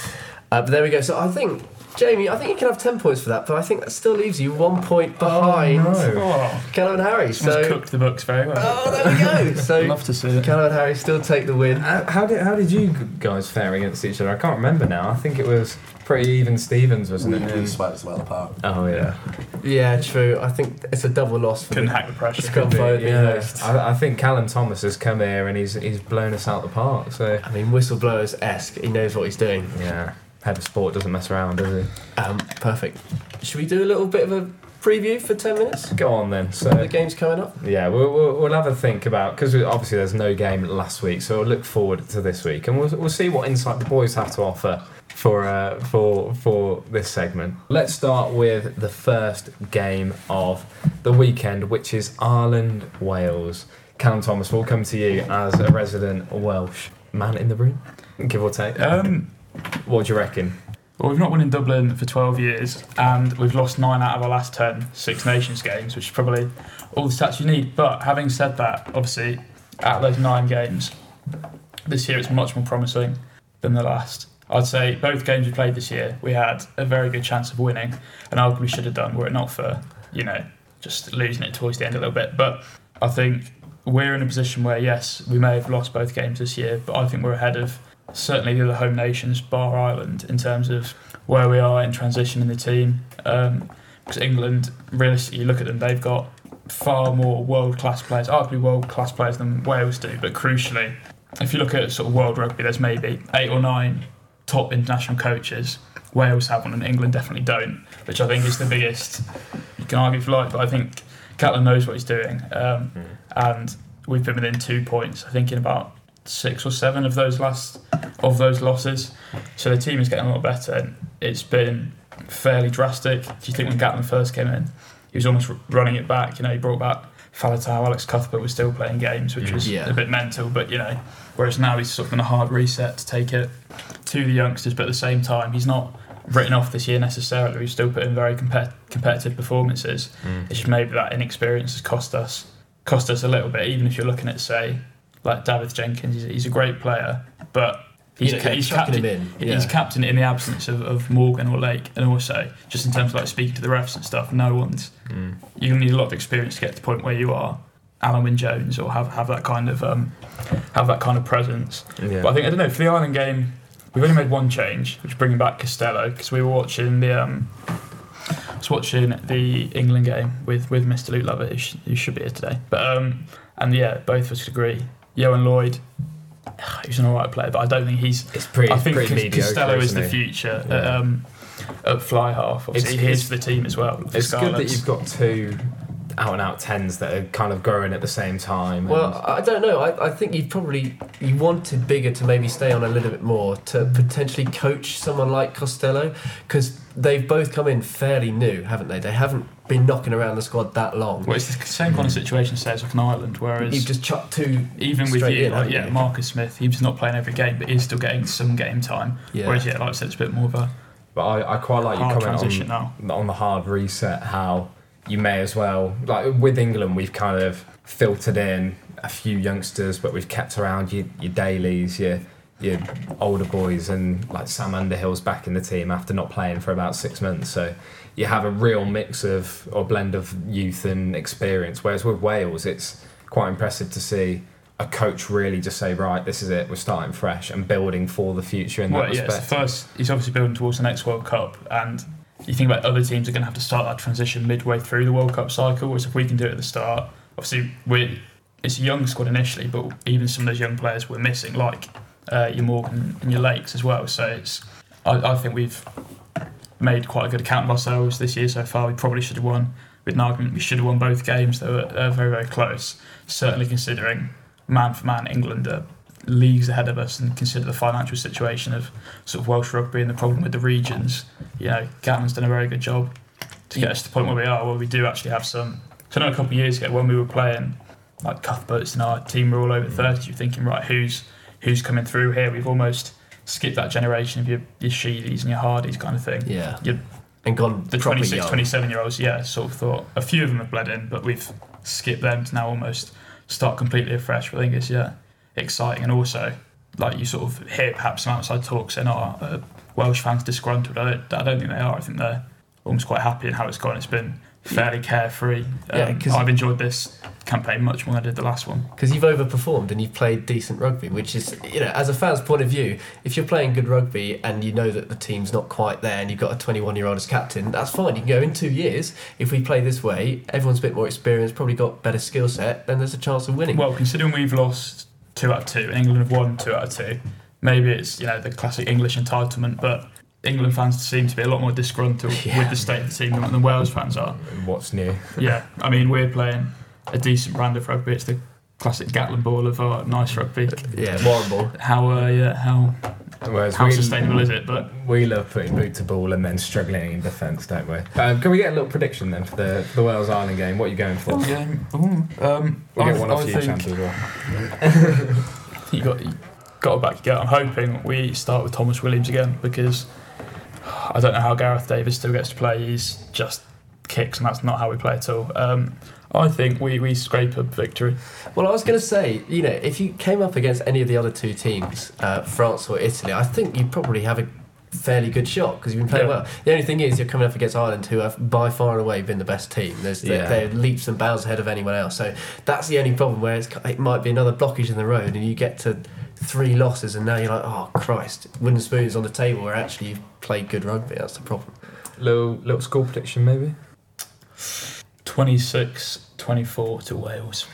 [SPEAKER 3] Uh, but there we go. So I think Jamie, I think you can have ten points for that, but I think that still leaves you one point behind
[SPEAKER 1] no.
[SPEAKER 2] Oh,
[SPEAKER 3] Callum and Harry.
[SPEAKER 2] someone's
[SPEAKER 3] So
[SPEAKER 2] cooked the books very well.
[SPEAKER 3] oh, there we go.
[SPEAKER 2] I'd
[SPEAKER 3] So
[SPEAKER 2] love to see it.
[SPEAKER 3] Callum and Harry still take the win.
[SPEAKER 1] How how did how did you guys fare against each other? I can't remember now. I think it was pretty even. Stevens wasn't
[SPEAKER 4] we,
[SPEAKER 1] it?
[SPEAKER 4] we smacked them out of the park.
[SPEAKER 1] Oh yeah.
[SPEAKER 3] Yeah, true. I think it's a double loss for
[SPEAKER 2] Couldn't
[SPEAKER 3] the
[SPEAKER 2] hack the pressure.
[SPEAKER 3] Scrum Flow being host.
[SPEAKER 1] I, I think Callum Thomas has come here and he's he's blown us out the park. So
[SPEAKER 3] I mean, whistleblowers esque. He knows what he's doing.
[SPEAKER 1] yeah, head of sport doesn't mess around, does
[SPEAKER 3] Um, perfect. Should we do a little bit of a preview for 10 minutes?
[SPEAKER 1] he? Go on then. So
[SPEAKER 3] The game's coming up.
[SPEAKER 1] yeah, we'll we'll, we'll have a think about because obviously there's no game last week, so we'll look forward to this week and we'll we'll see what insight the boys have to offer for uh, for for this segment. Let's start with the first game of the weekend, which is Ireland Wales. Callum Thomas, we'll come to you as a resident Welsh man in the room, give or take.
[SPEAKER 2] Um,
[SPEAKER 1] What do you reckon?
[SPEAKER 2] well, we've not won in Dublin for 12 years, and we've lost nine out of our last 10 Six Nations games, which is probably all the stats you need. But having said that, obviously, out of those nine games, this year it's much more promising than the last. I'd say both games we played this year, we had a very good chance of winning, and arguably should have done were it not for, you know, just losing it towards the end a little bit. But I think we're in a position where, yes, we may have lost both games this year, but I think we're ahead of certainly the other home nations, bar Ireland, in terms of where we are in transition in the team. Um 'cause because England, realistically, you look at them, they've got far more world class players, arguably world class players than Wales do, but crucially, if you look at sort of world rugby, there's maybe eight or nine top international coaches. Wales have one, and England definitely don't, which I think is the biggest. You can argue for life, but I think Catlin knows what he's doing. Um, and we've been within two points. I think in about six or seven of those last of those losses. So the team is getting a lot better. And it's been fairly drastic. Do you think when Gatlin first came in, he was almost r- running it back? You know, he brought back Falatau, Alex Cuthbert was still playing games, which was
[SPEAKER 3] Yeah.
[SPEAKER 2] a bit mental. But you know, whereas now he's sort of in a hard reset to take it to the youngsters. But at the same time, he's not written off this year necessarily. He's still put in very compet- competitive performances. Mm. It's just maybe that inexperience has cost us cost us a little bit. Even if you're looking at say like David Jenkins, he's, he's a great player, but he's
[SPEAKER 3] You know,
[SPEAKER 2] ca-
[SPEAKER 3] yeah,
[SPEAKER 2] he's
[SPEAKER 3] chucking
[SPEAKER 2] captain.
[SPEAKER 3] him in.
[SPEAKER 2] He's
[SPEAKER 3] yeah.
[SPEAKER 2] captain in the absence of, of Morgan or Lake, and also just in terms of like speaking to the refs and stuff. No one's you're gonna need a lot of experience to get to the point where you are Alan Wynne Jones or have, have that kind of um, have that kind of presence.
[SPEAKER 1] Yeah.
[SPEAKER 2] But I think I don't know for the Ireland game, we've only made one change, which is bringing back Costello because we were watching the um, I was watching the England game with with Mr. Luke Lovett, who, sh- who should be here today. But um, and yeah, both of us could agree. Yo and Lloyd, he's an alright player, but I don't think he's.
[SPEAKER 1] It's pretty.
[SPEAKER 2] I think
[SPEAKER 1] pretty
[SPEAKER 2] Cos-
[SPEAKER 1] mediocre,
[SPEAKER 2] Costello is
[SPEAKER 1] isn't
[SPEAKER 2] the
[SPEAKER 1] it?
[SPEAKER 2] future at,
[SPEAKER 1] Yeah.
[SPEAKER 2] um, at fly half. Obviously,
[SPEAKER 1] It's-
[SPEAKER 2] he is
[SPEAKER 1] it's-
[SPEAKER 2] for the team as well. the
[SPEAKER 1] It's good that
[SPEAKER 2] Scarlets.
[SPEAKER 1] you've got two out and out tens that are kind of growing at the same time.
[SPEAKER 3] Well, I don't know. I, I think you probably you wanted bigger to maybe stay on a little bit more to potentially coach someone like Costello because they've both come in fairly new, haven't they? They haven't been knocking around the squad that long.
[SPEAKER 2] Well, it's the same kind of situation say, as like an Ireland, whereas
[SPEAKER 3] You've just chucked two.
[SPEAKER 2] even with
[SPEAKER 3] straight
[SPEAKER 2] you,
[SPEAKER 3] in,
[SPEAKER 2] like,
[SPEAKER 3] haven't
[SPEAKER 2] yeah,
[SPEAKER 3] you?
[SPEAKER 2] Marcus Smith, he's not playing every game, but he's still getting some game time.
[SPEAKER 3] Yeah.
[SPEAKER 2] Whereas yeah, like I said, it's a bit more of a
[SPEAKER 1] but I, I quite like your
[SPEAKER 2] hard
[SPEAKER 1] comment
[SPEAKER 2] transition
[SPEAKER 1] on,
[SPEAKER 2] now.
[SPEAKER 1] on the hard reset. How you may as well like with England, we've kind of filtered in a few youngsters, but we've kept around your, your dailies, your your older boys, and like Sam Underhill's back in the team after not playing for about six months. So you have a real mix of or blend of youth and experience. Whereas with Wales, it's quite impressive to see a coach really just say, right, this is it, we're starting fresh and building for the future in that
[SPEAKER 2] Well, yeah, it's the
[SPEAKER 1] respect.
[SPEAKER 2] first he's obviously building towards the next World Cup, and you think about other teams are going to have to start that transition midway through the World Cup cycle. Which if we can do it at the start, obviously we it's a young squad initially, but even some of those young players we're missing, like uh, your Morgan and your Lakes as well. So it's I, I think we've made quite a good account of ourselves this year so far. We probably should have won. With an argument, we should have won both games. They were uh, very very close. Certainly considering man for man, England are leagues ahead of us, and consider the financial situation of sort of Welsh rugby and the problem with the regions. You know, Gatlin's done a very good job to get us to the point where we are, where we do actually have some. So, I know a couple of years ago when we were playing, like Cuthbert's and our team were all over 30, you're thinking, right, who's who's coming through here? We've almost skipped that generation of your, your Sheedys and your Hardys kind of thing.
[SPEAKER 3] Yeah.
[SPEAKER 2] Your-
[SPEAKER 3] And gone
[SPEAKER 2] the
[SPEAKER 3] proper
[SPEAKER 2] 26,
[SPEAKER 3] young.
[SPEAKER 2] 27 year olds, yeah, sort of thought a few of them have bled in, but we've skipped them to now almost start completely afresh. I think it's, yeah, exciting. And also, like, you sort of hear perhaps some outside talk saying, oh, uh, Welsh fans disgruntled. I don't, I don't think they are. I think they're almost quite happy in how it's gone. It's been fairly carefree. Um,
[SPEAKER 3] Yeah, 'cause-
[SPEAKER 2] I've enjoyed this campaign much more than I did the last one.
[SPEAKER 3] because you've overperformed and you've played decent rugby, which is, you know, as a fan's point of view, if you're playing good rugby and you know that the team's not quite there and you've got a 21 year old as captain, that's fine. You can go in two years. If we play this way, everyone's a bit more experienced, probably got better skill set, then there's a chance of winning.
[SPEAKER 2] Well, considering we've lost two out of two, and England have won two out of two, maybe it's you know the classic English entitlement, but England fans seem to be a lot more disgruntled
[SPEAKER 3] Yeah.
[SPEAKER 2] with the state of the team than, than Wales fans are.
[SPEAKER 1] What's new?
[SPEAKER 2] Yeah, I mean we're playing a decent brand of rugby. It's the classic Gatlin ball of our nice rugby.
[SPEAKER 3] yeah, horrible.
[SPEAKER 2] How uh, yeah, how
[SPEAKER 1] Whereas
[SPEAKER 2] how
[SPEAKER 1] we-
[SPEAKER 2] sustainable is it? But
[SPEAKER 1] We love putting boot to ball and then struggling in defence, don't we? Um, can we get a little prediction then for the, the Wales Island game? What are you going for?
[SPEAKER 2] game, um,
[SPEAKER 1] We'll get one off you, Chance, as well.
[SPEAKER 2] you got you got to back your gut. I'm hoping we start with Thomas Williams again because I don't know how Gareth Davis still gets to play. He's just kicks, and that's not how we play at all. Um, I think we, we scrape a victory.
[SPEAKER 3] Well, I was going to say, you know, if you came up against any of the other two teams, uh, France or Italy, I think you'd probably have a fairly good shot because you've been playing
[SPEAKER 2] Yeah.
[SPEAKER 3] well. The only thing is, you're coming up against Ireland, who have by far and away been the best team. There's,
[SPEAKER 1] Yeah.
[SPEAKER 3] they're, they're leaps and bounds ahead of anyone else. So that's the only problem where it's, it might be another blockage in the road, and you get to three losses, and now you're like, oh Christ, wooden spoons on the table where actually you've played good rugby. That's the problem.
[SPEAKER 1] Little, little score prediction, maybe?
[SPEAKER 2] 26-24 to Wales.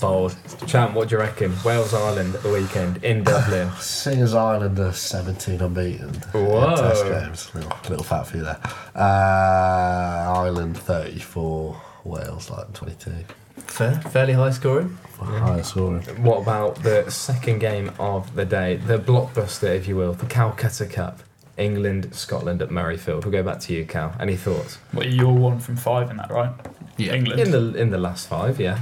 [SPEAKER 1] Bold. Chan, what do you reckon? Wales Island at the weekend in Dublin.
[SPEAKER 4] Seeing as Ireland are 17 unbeaten.
[SPEAKER 1] Whoa.
[SPEAKER 4] in Test games. Little, little fat for you there. Uh, Ireland 34, Wales like 22.
[SPEAKER 3] Fair, fairly high scoring.
[SPEAKER 4] For Higher scoring.
[SPEAKER 1] What about the second game of the day? The blockbuster, if you will, the Calcutta Cup. England, Scotland at Murrayfield. We'll go back to you, Cal. Any thoughts?
[SPEAKER 2] Well, you're one from five in that, right?
[SPEAKER 3] Yeah.
[SPEAKER 2] England.
[SPEAKER 1] In the in the last five, yeah.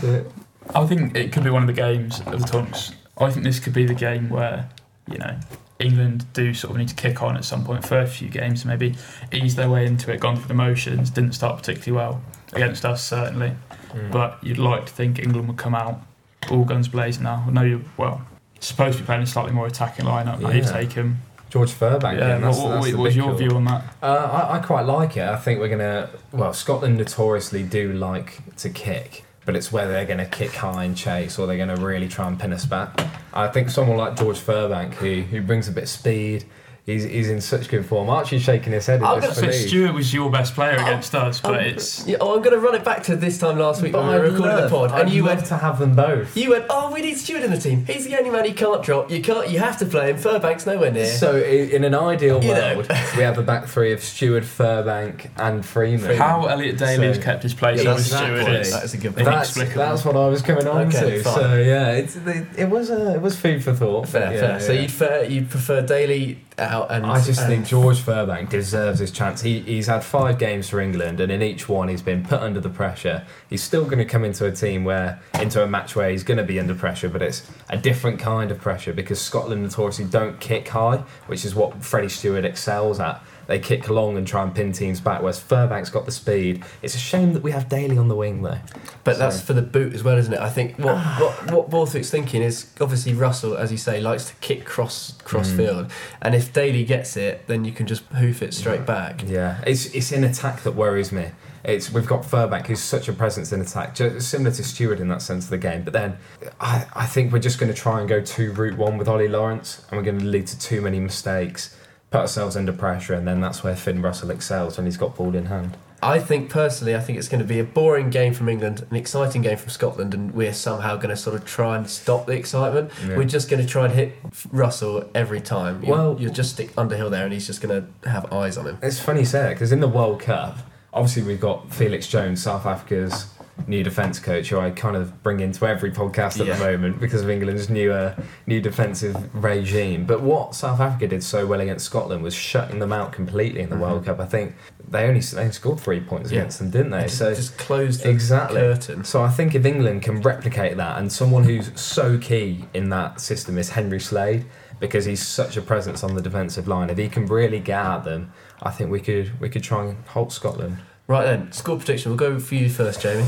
[SPEAKER 1] The-
[SPEAKER 2] I think it could be one of the games of the tournaments. I think this could be the game where, you know, England do sort of need to kick on at some point for a few games, maybe ease their way into it, gone through the motions, didn't start particularly well against us, certainly.
[SPEAKER 1] Mm.
[SPEAKER 2] But you'd like to think England would come out all guns blazing now. I know you're, well, supposed to be playing a slightly more attacking lineup. Now you've
[SPEAKER 1] Yeah.
[SPEAKER 2] taken.
[SPEAKER 1] George Furbank.
[SPEAKER 2] yeah,
[SPEAKER 1] yeah, that's-
[SPEAKER 2] what, what-
[SPEAKER 1] that's the
[SPEAKER 2] what's
[SPEAKER 1] big
[SPEAKER 2] your
[SPEAKER 1] call.
[SPEAKER 2] view on that?
[SPEAKER 1] Uh, I, I quite like it. I think we're gonna. Well, Scotland notoriously do like to kick, but it's whether they're gonna kick high and chase, or they're gonna really try and pin us back. I think someone like George Furbank, who who brings a bit of speed, he's, he's in such good form. Archie's shaking his head.
[SPEAKER 3] I'm
[SPEAKER 1] At
[SPEAKER 3] gonna
[SPEAKER 1] this
[SPEAKER 2] So
[SPEAKER 1] belief.
[SPEAKER 2] Stuart was your best player against us, but it's.
[SPEAKER 3] Yeah, oh, I'm going to run it back to this time last week
[SPEAKER 1] But
[SPEAKER 3] when we were
[SPEAKER 1] I'd
[SPEAKER 3] recording
[SPEAKER 1] love-
[SPEAKER 3] the pod,
[SPEAKER 1] I'd
[SPEAKER 3] and you
[SPEAKER 1] love
[SPEAKER 3] went
[SPEAKER 1] to have them both.
[SPEAKER 3] You went, oh, we need Stewart in the team. He's the only man you can't drop. You can't. You have to play him. Furbank's nowhere near.
[SPEAKER 1] So i- in an ideal
[SPEAKER 3] You know.
[SPEAKER 1] world, we have a back three of Stewart, Furbank, and Freeman.
[SPEAKER 2] How Elliot Daly has
[SPEAKER 1] So-
[SPEAKER 2] kept his place
[SPEAKER 1] Yeah,
[SPEAKER 2] with
[SPEAKER 1] that's
[SPEAKER 2] Stuart
[SPEAKER 1] exactly.
[SPEAKER 2] is.
[SPEAKER 1] That
[SPEAKER 3] is a good
[SPEAKER 1] That's,
[SPEAKER 2] Inexplicable.
[SPEAKER 1] that's what I was coming on
[SPEAKER 3] Okay,
[SPEAKER 1] to.
[SPEAKER 3] fine.
[SPEAKER 1] So yeah, it's, it, it was a, it was food for thought.
[SPEAKER 3] Fair,
[SPEAKER 1] Yeah,
[SPEAKER 3] fair. So
[SPEAKER 1] yeah.
[SPEAKER 3] you'd Uh, fair, you'd prefer Daly out and
[SPEAKER 1] I just
[SPEAKER 3] and-
[SPEAKER 1] think George Furbank deserves his chance. He, he's had five games for England, and in each one, he's been put under the pressure. He's still going to come into a team where, into a match where he's going to be under pressure, but it's a different kind of pressure because Scotland notoriously don't kick high, which is what Freddie Stewart excels at. They kick long and try and pin teams back, whereas Furbank's got the speed. It's a shame that we have Daly on the wing, though.
[SPEAKER 3] But
[SPEAKER 1] So-
[SPEAKER 3] that's for the boot as well, isn't it? I think what
[SPEAKER 1] Ah.
[SPEAKER 3] what what Borthwick's thinking is obviously Russell, as you say, likes to kick cross cross
[SPEAKER 1] Mm.
[SPEAKER 3] field, and if Daly gets it, then you can just hoof it straight back.
[SPEAKER 1] Yeah, it's it's in attack that worries me. It's we've got Furbank, who's such a presence in attack, just similar to Stewart in that sense of the game. But then, I, I think we're just going to try and go two route one with Ollie Lawrence, and we're going to lead to too many mistakes, put ourselves under pressure, and then that's where Finn Russell excels when he's got ball in hand.
[SPEAKER 3] I think personally, I think it's going to be a boring game from England, an exciting game from Scotland, and we're somehow going to sort of try and stop the excitement.
[SPEAKER 1] Yeah.
[SPEAKER 3] We're just going to try and hit Russell every time. You'll,
[SPEAKER 1] Well-
[SPEAKER 3] you'll just stick Underhill there, and he's just going to have eyes on him.
[SPEAKER 1] It's funny you say that because in the World Cup, obviously we've got Felix Jones, South Africa's new defence coach, who I kind of bring into every podcast at
[SPEAKER 3] Yeah.
[SPEAKER 1] the moment because of England's new uh, new defensive regime. But what South Africa did so well against Scotland was shutting them out completely in the World Cup. I think they only they scored three points
[SPEAKER 3] Mm-hmm. Yeah.
[SPEAKER 1] against them, didn't they?
[SPEAKER 3] just,
[SPEAKER 1] so
[SPEAKER 3] just close the
[SPEAKER 1] exactly.
[SPEAKER 3] curtain.
[SPEAKER 1] So I think if England can replicate that, and someone who's so key in that system is Henry Slade, because he's such a presence on the defensive line. If he can really get at them, I think we could we could try and halt Scotland.
[SPEAKER 3] Right then, score prediction. We'll go for you first, Jamie.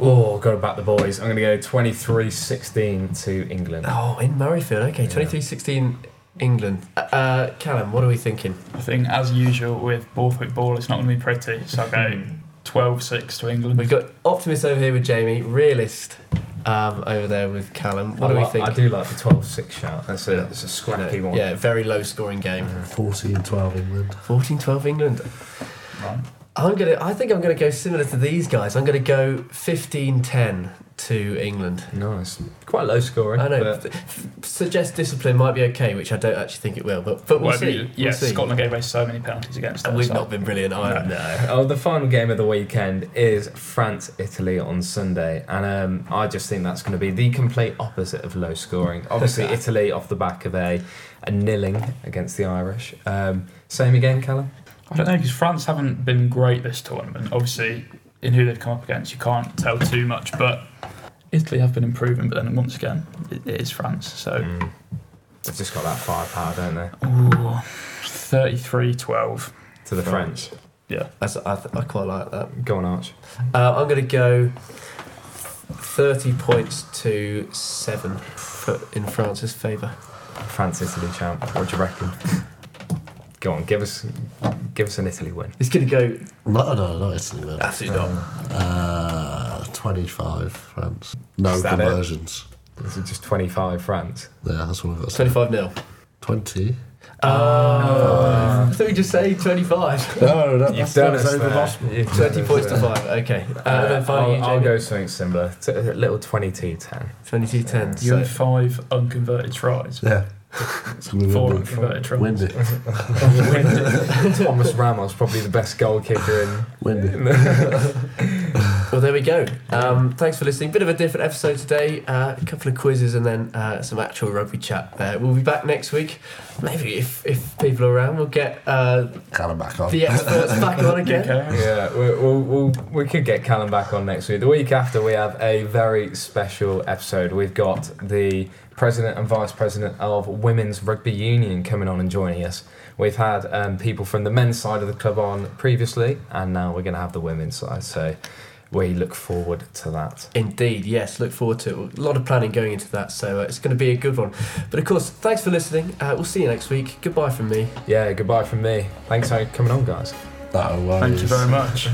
[SPEAKER 1] Oh, go back the boys. I'm going to go 23-16 to England.
[SPEAKER 3] Oh, in Murrayfield. Okay,
[SPEAKER 1] Yeah.
[SPEAKER 3] twenty-three sixteen, England. Uh, Uh, Callum, what are we thinking?
[SPEAKER 2] I think, as usual, with Borthwick ball, it's not going to be pretty. So I'll go 12 6 to England.
[SPEAKER 3] We've got optimist over here with Jamie, realist um, over there with Callum.
[SPEAKER 1] Oh, I,
[SPEAKER 3] What do we
[SPEAKER 1] like-
[SPEAKER 3] think?
[SPEAKER 1] I do like the 12-6 shout. That's a, that's a scrappy
[SPEAKER 3] No,
[SPEAKER 1] one. Mm-hmm.
[SPEAKER 3] Yeah, very low scoring game.
[SPEAKER 4] 40 and 12 England.
[SPEAKER 3] 14-12 England.
[SPEAKER 2] Right.
[SPEAKER 3] I'm gonna. I think I'm gonna go similar to these guys. I'm gonna go 15-10 to England.
[SPEAKER 1] Nice. Quite low scoring.
[SPEAKER 3] I know.
[SPEAKER 1] but-
[SPEAKER 3] f- Suggest discipline might be okay, which I don't actually think it will, but but we'll
[SPEAKER 2] Whatever
[SPEAKER 3] see.
[SPEAKER 2] you-
[SPEAKER 3] We'll
[SPEAKER 2] yeah,
[SPEAKER 3] see.
[SPEAKER 2] Scotland gave away so many penalties against
[SPEAKER 3] And
[SPEAKER 2] us.
[SPEAKER 3] we've
[SPEAKER 2] so-
[SPEAKER 3] not been brilliant either.
[SPEAKER 1] No. Oh, the final game of the weekend is France Italy on Sunday, and um, I just think that's going to be the complete opposite of low scoring. Obviously, Italy off the back of a, a nilling against the Irish. Um, same again, Callum.
[SPEAKER 2] I don't know because France haven't been great this tournament. Obviously, in who they've come up against, you can't tell too much. But Italy have been improving, but then once again, it, it is France. So
[SPEAKER 1] Mm. They've just got that firepower, don't they?
[SPEAKER 2] ooh, 33 12.
[SPEAKER 1] To the French.
[SPEAKER 3] That's, I, th- I quite like that.
[SPEAKER 1] Go on, Arch.
[SPEAKER 3] Uh, I'm going to go 30 points to 7 for, in France's favour.
[SPEAKER 1] France Italy champ. What do you reckon? Go on, give us give us an Italy win. Um,
[SPEAKER 3] It's going to go
[SPEAKER 4] No, no, not Italy, man.
[SPEAKER 3] absolutely not.
[SPEAKER 1] Mm.
[SPEAKER 4] Uh, 25 France. No
[SPEAKER 1] Is that it?
[SPEAKER 4] conversions.
[SPEAKER 1] This is just twenty five France.
[SPEAKER 4] Yeah, that's what I've got.
[SPEAKER 3] 25 nil.
[SPEAKER 4] 20.
[SPEAKER 3] Oh, I thought we just say 25.
[SPEAKER 4] No, that,
[SPEAKER 1] You've done us there. You've done
[SPEAKER 3] 20
[SPEAKER 1] us
[SPEAKER 3] points to
[SPEAKER 1] there.
[SPEAKER 3] 5, okay. Uh,
[SPEAKER 1] Uh,
[SPEAKER 3] then finally,
[SPEAKER 1] I'll,
[SPEAKER 3] you,
[SPEAKER 1] I'll
[SPEAKER 3] Jamie.
[SPEAKER 1] go something similar. T- a little 22 10.
[SPEAKER 3] 22 10.
[SPEAKER 2] You
[SPEAKER 3] So.
[SPEAKER 2] had five unconverted tries.
[SPEAKER 4] Yeah. It's going to be
[SPEAKER 2] Four
[SPEAKER 4] windy.
[SPEAKER 2] unconverted tries.
[SPEAKER 4] Windy.
[SPEAKER 1] Thomas Ramos, probably the best goal kicker in.
[SPEAKER 4] Windy.
[SPEAKER 3] Well, there we go. Um, thanks for listening. Bit of a different episode today. Uh, a couple of quizzes and then uh, some actual rugby chat there. We'll be back next week. Maybe if, if people are around, we'll get uh,
[SPEAKER 4] Callum back on.
[SPEAKER 3] the experts back on again.
[SPEAKER 2] Okay.
[SPEAKER 1] Yeah, we, we'll, we'll, we could get Callum back on next week. The week after, we have a very special episode. We've got the president and vice president of Women's Rugby Union coming on and joining us. We've had um, people from the men's side of the club on previously, and now we're going to have the women's side. So we look forward to that.
[SPEAKER 3] Indeed, yes. Look forward to it. A lot of planning going into that, so uh, it's going to be a good one. But of course, thanks for listening. Uh, we'll see you next week. Goodbye from me.
[SPEAKER 1] Yeah, goodbye from me. Thanks for coming on, guys.
[SPEAKER 4] No worries.
[SPEAKER 2] Thank you very much.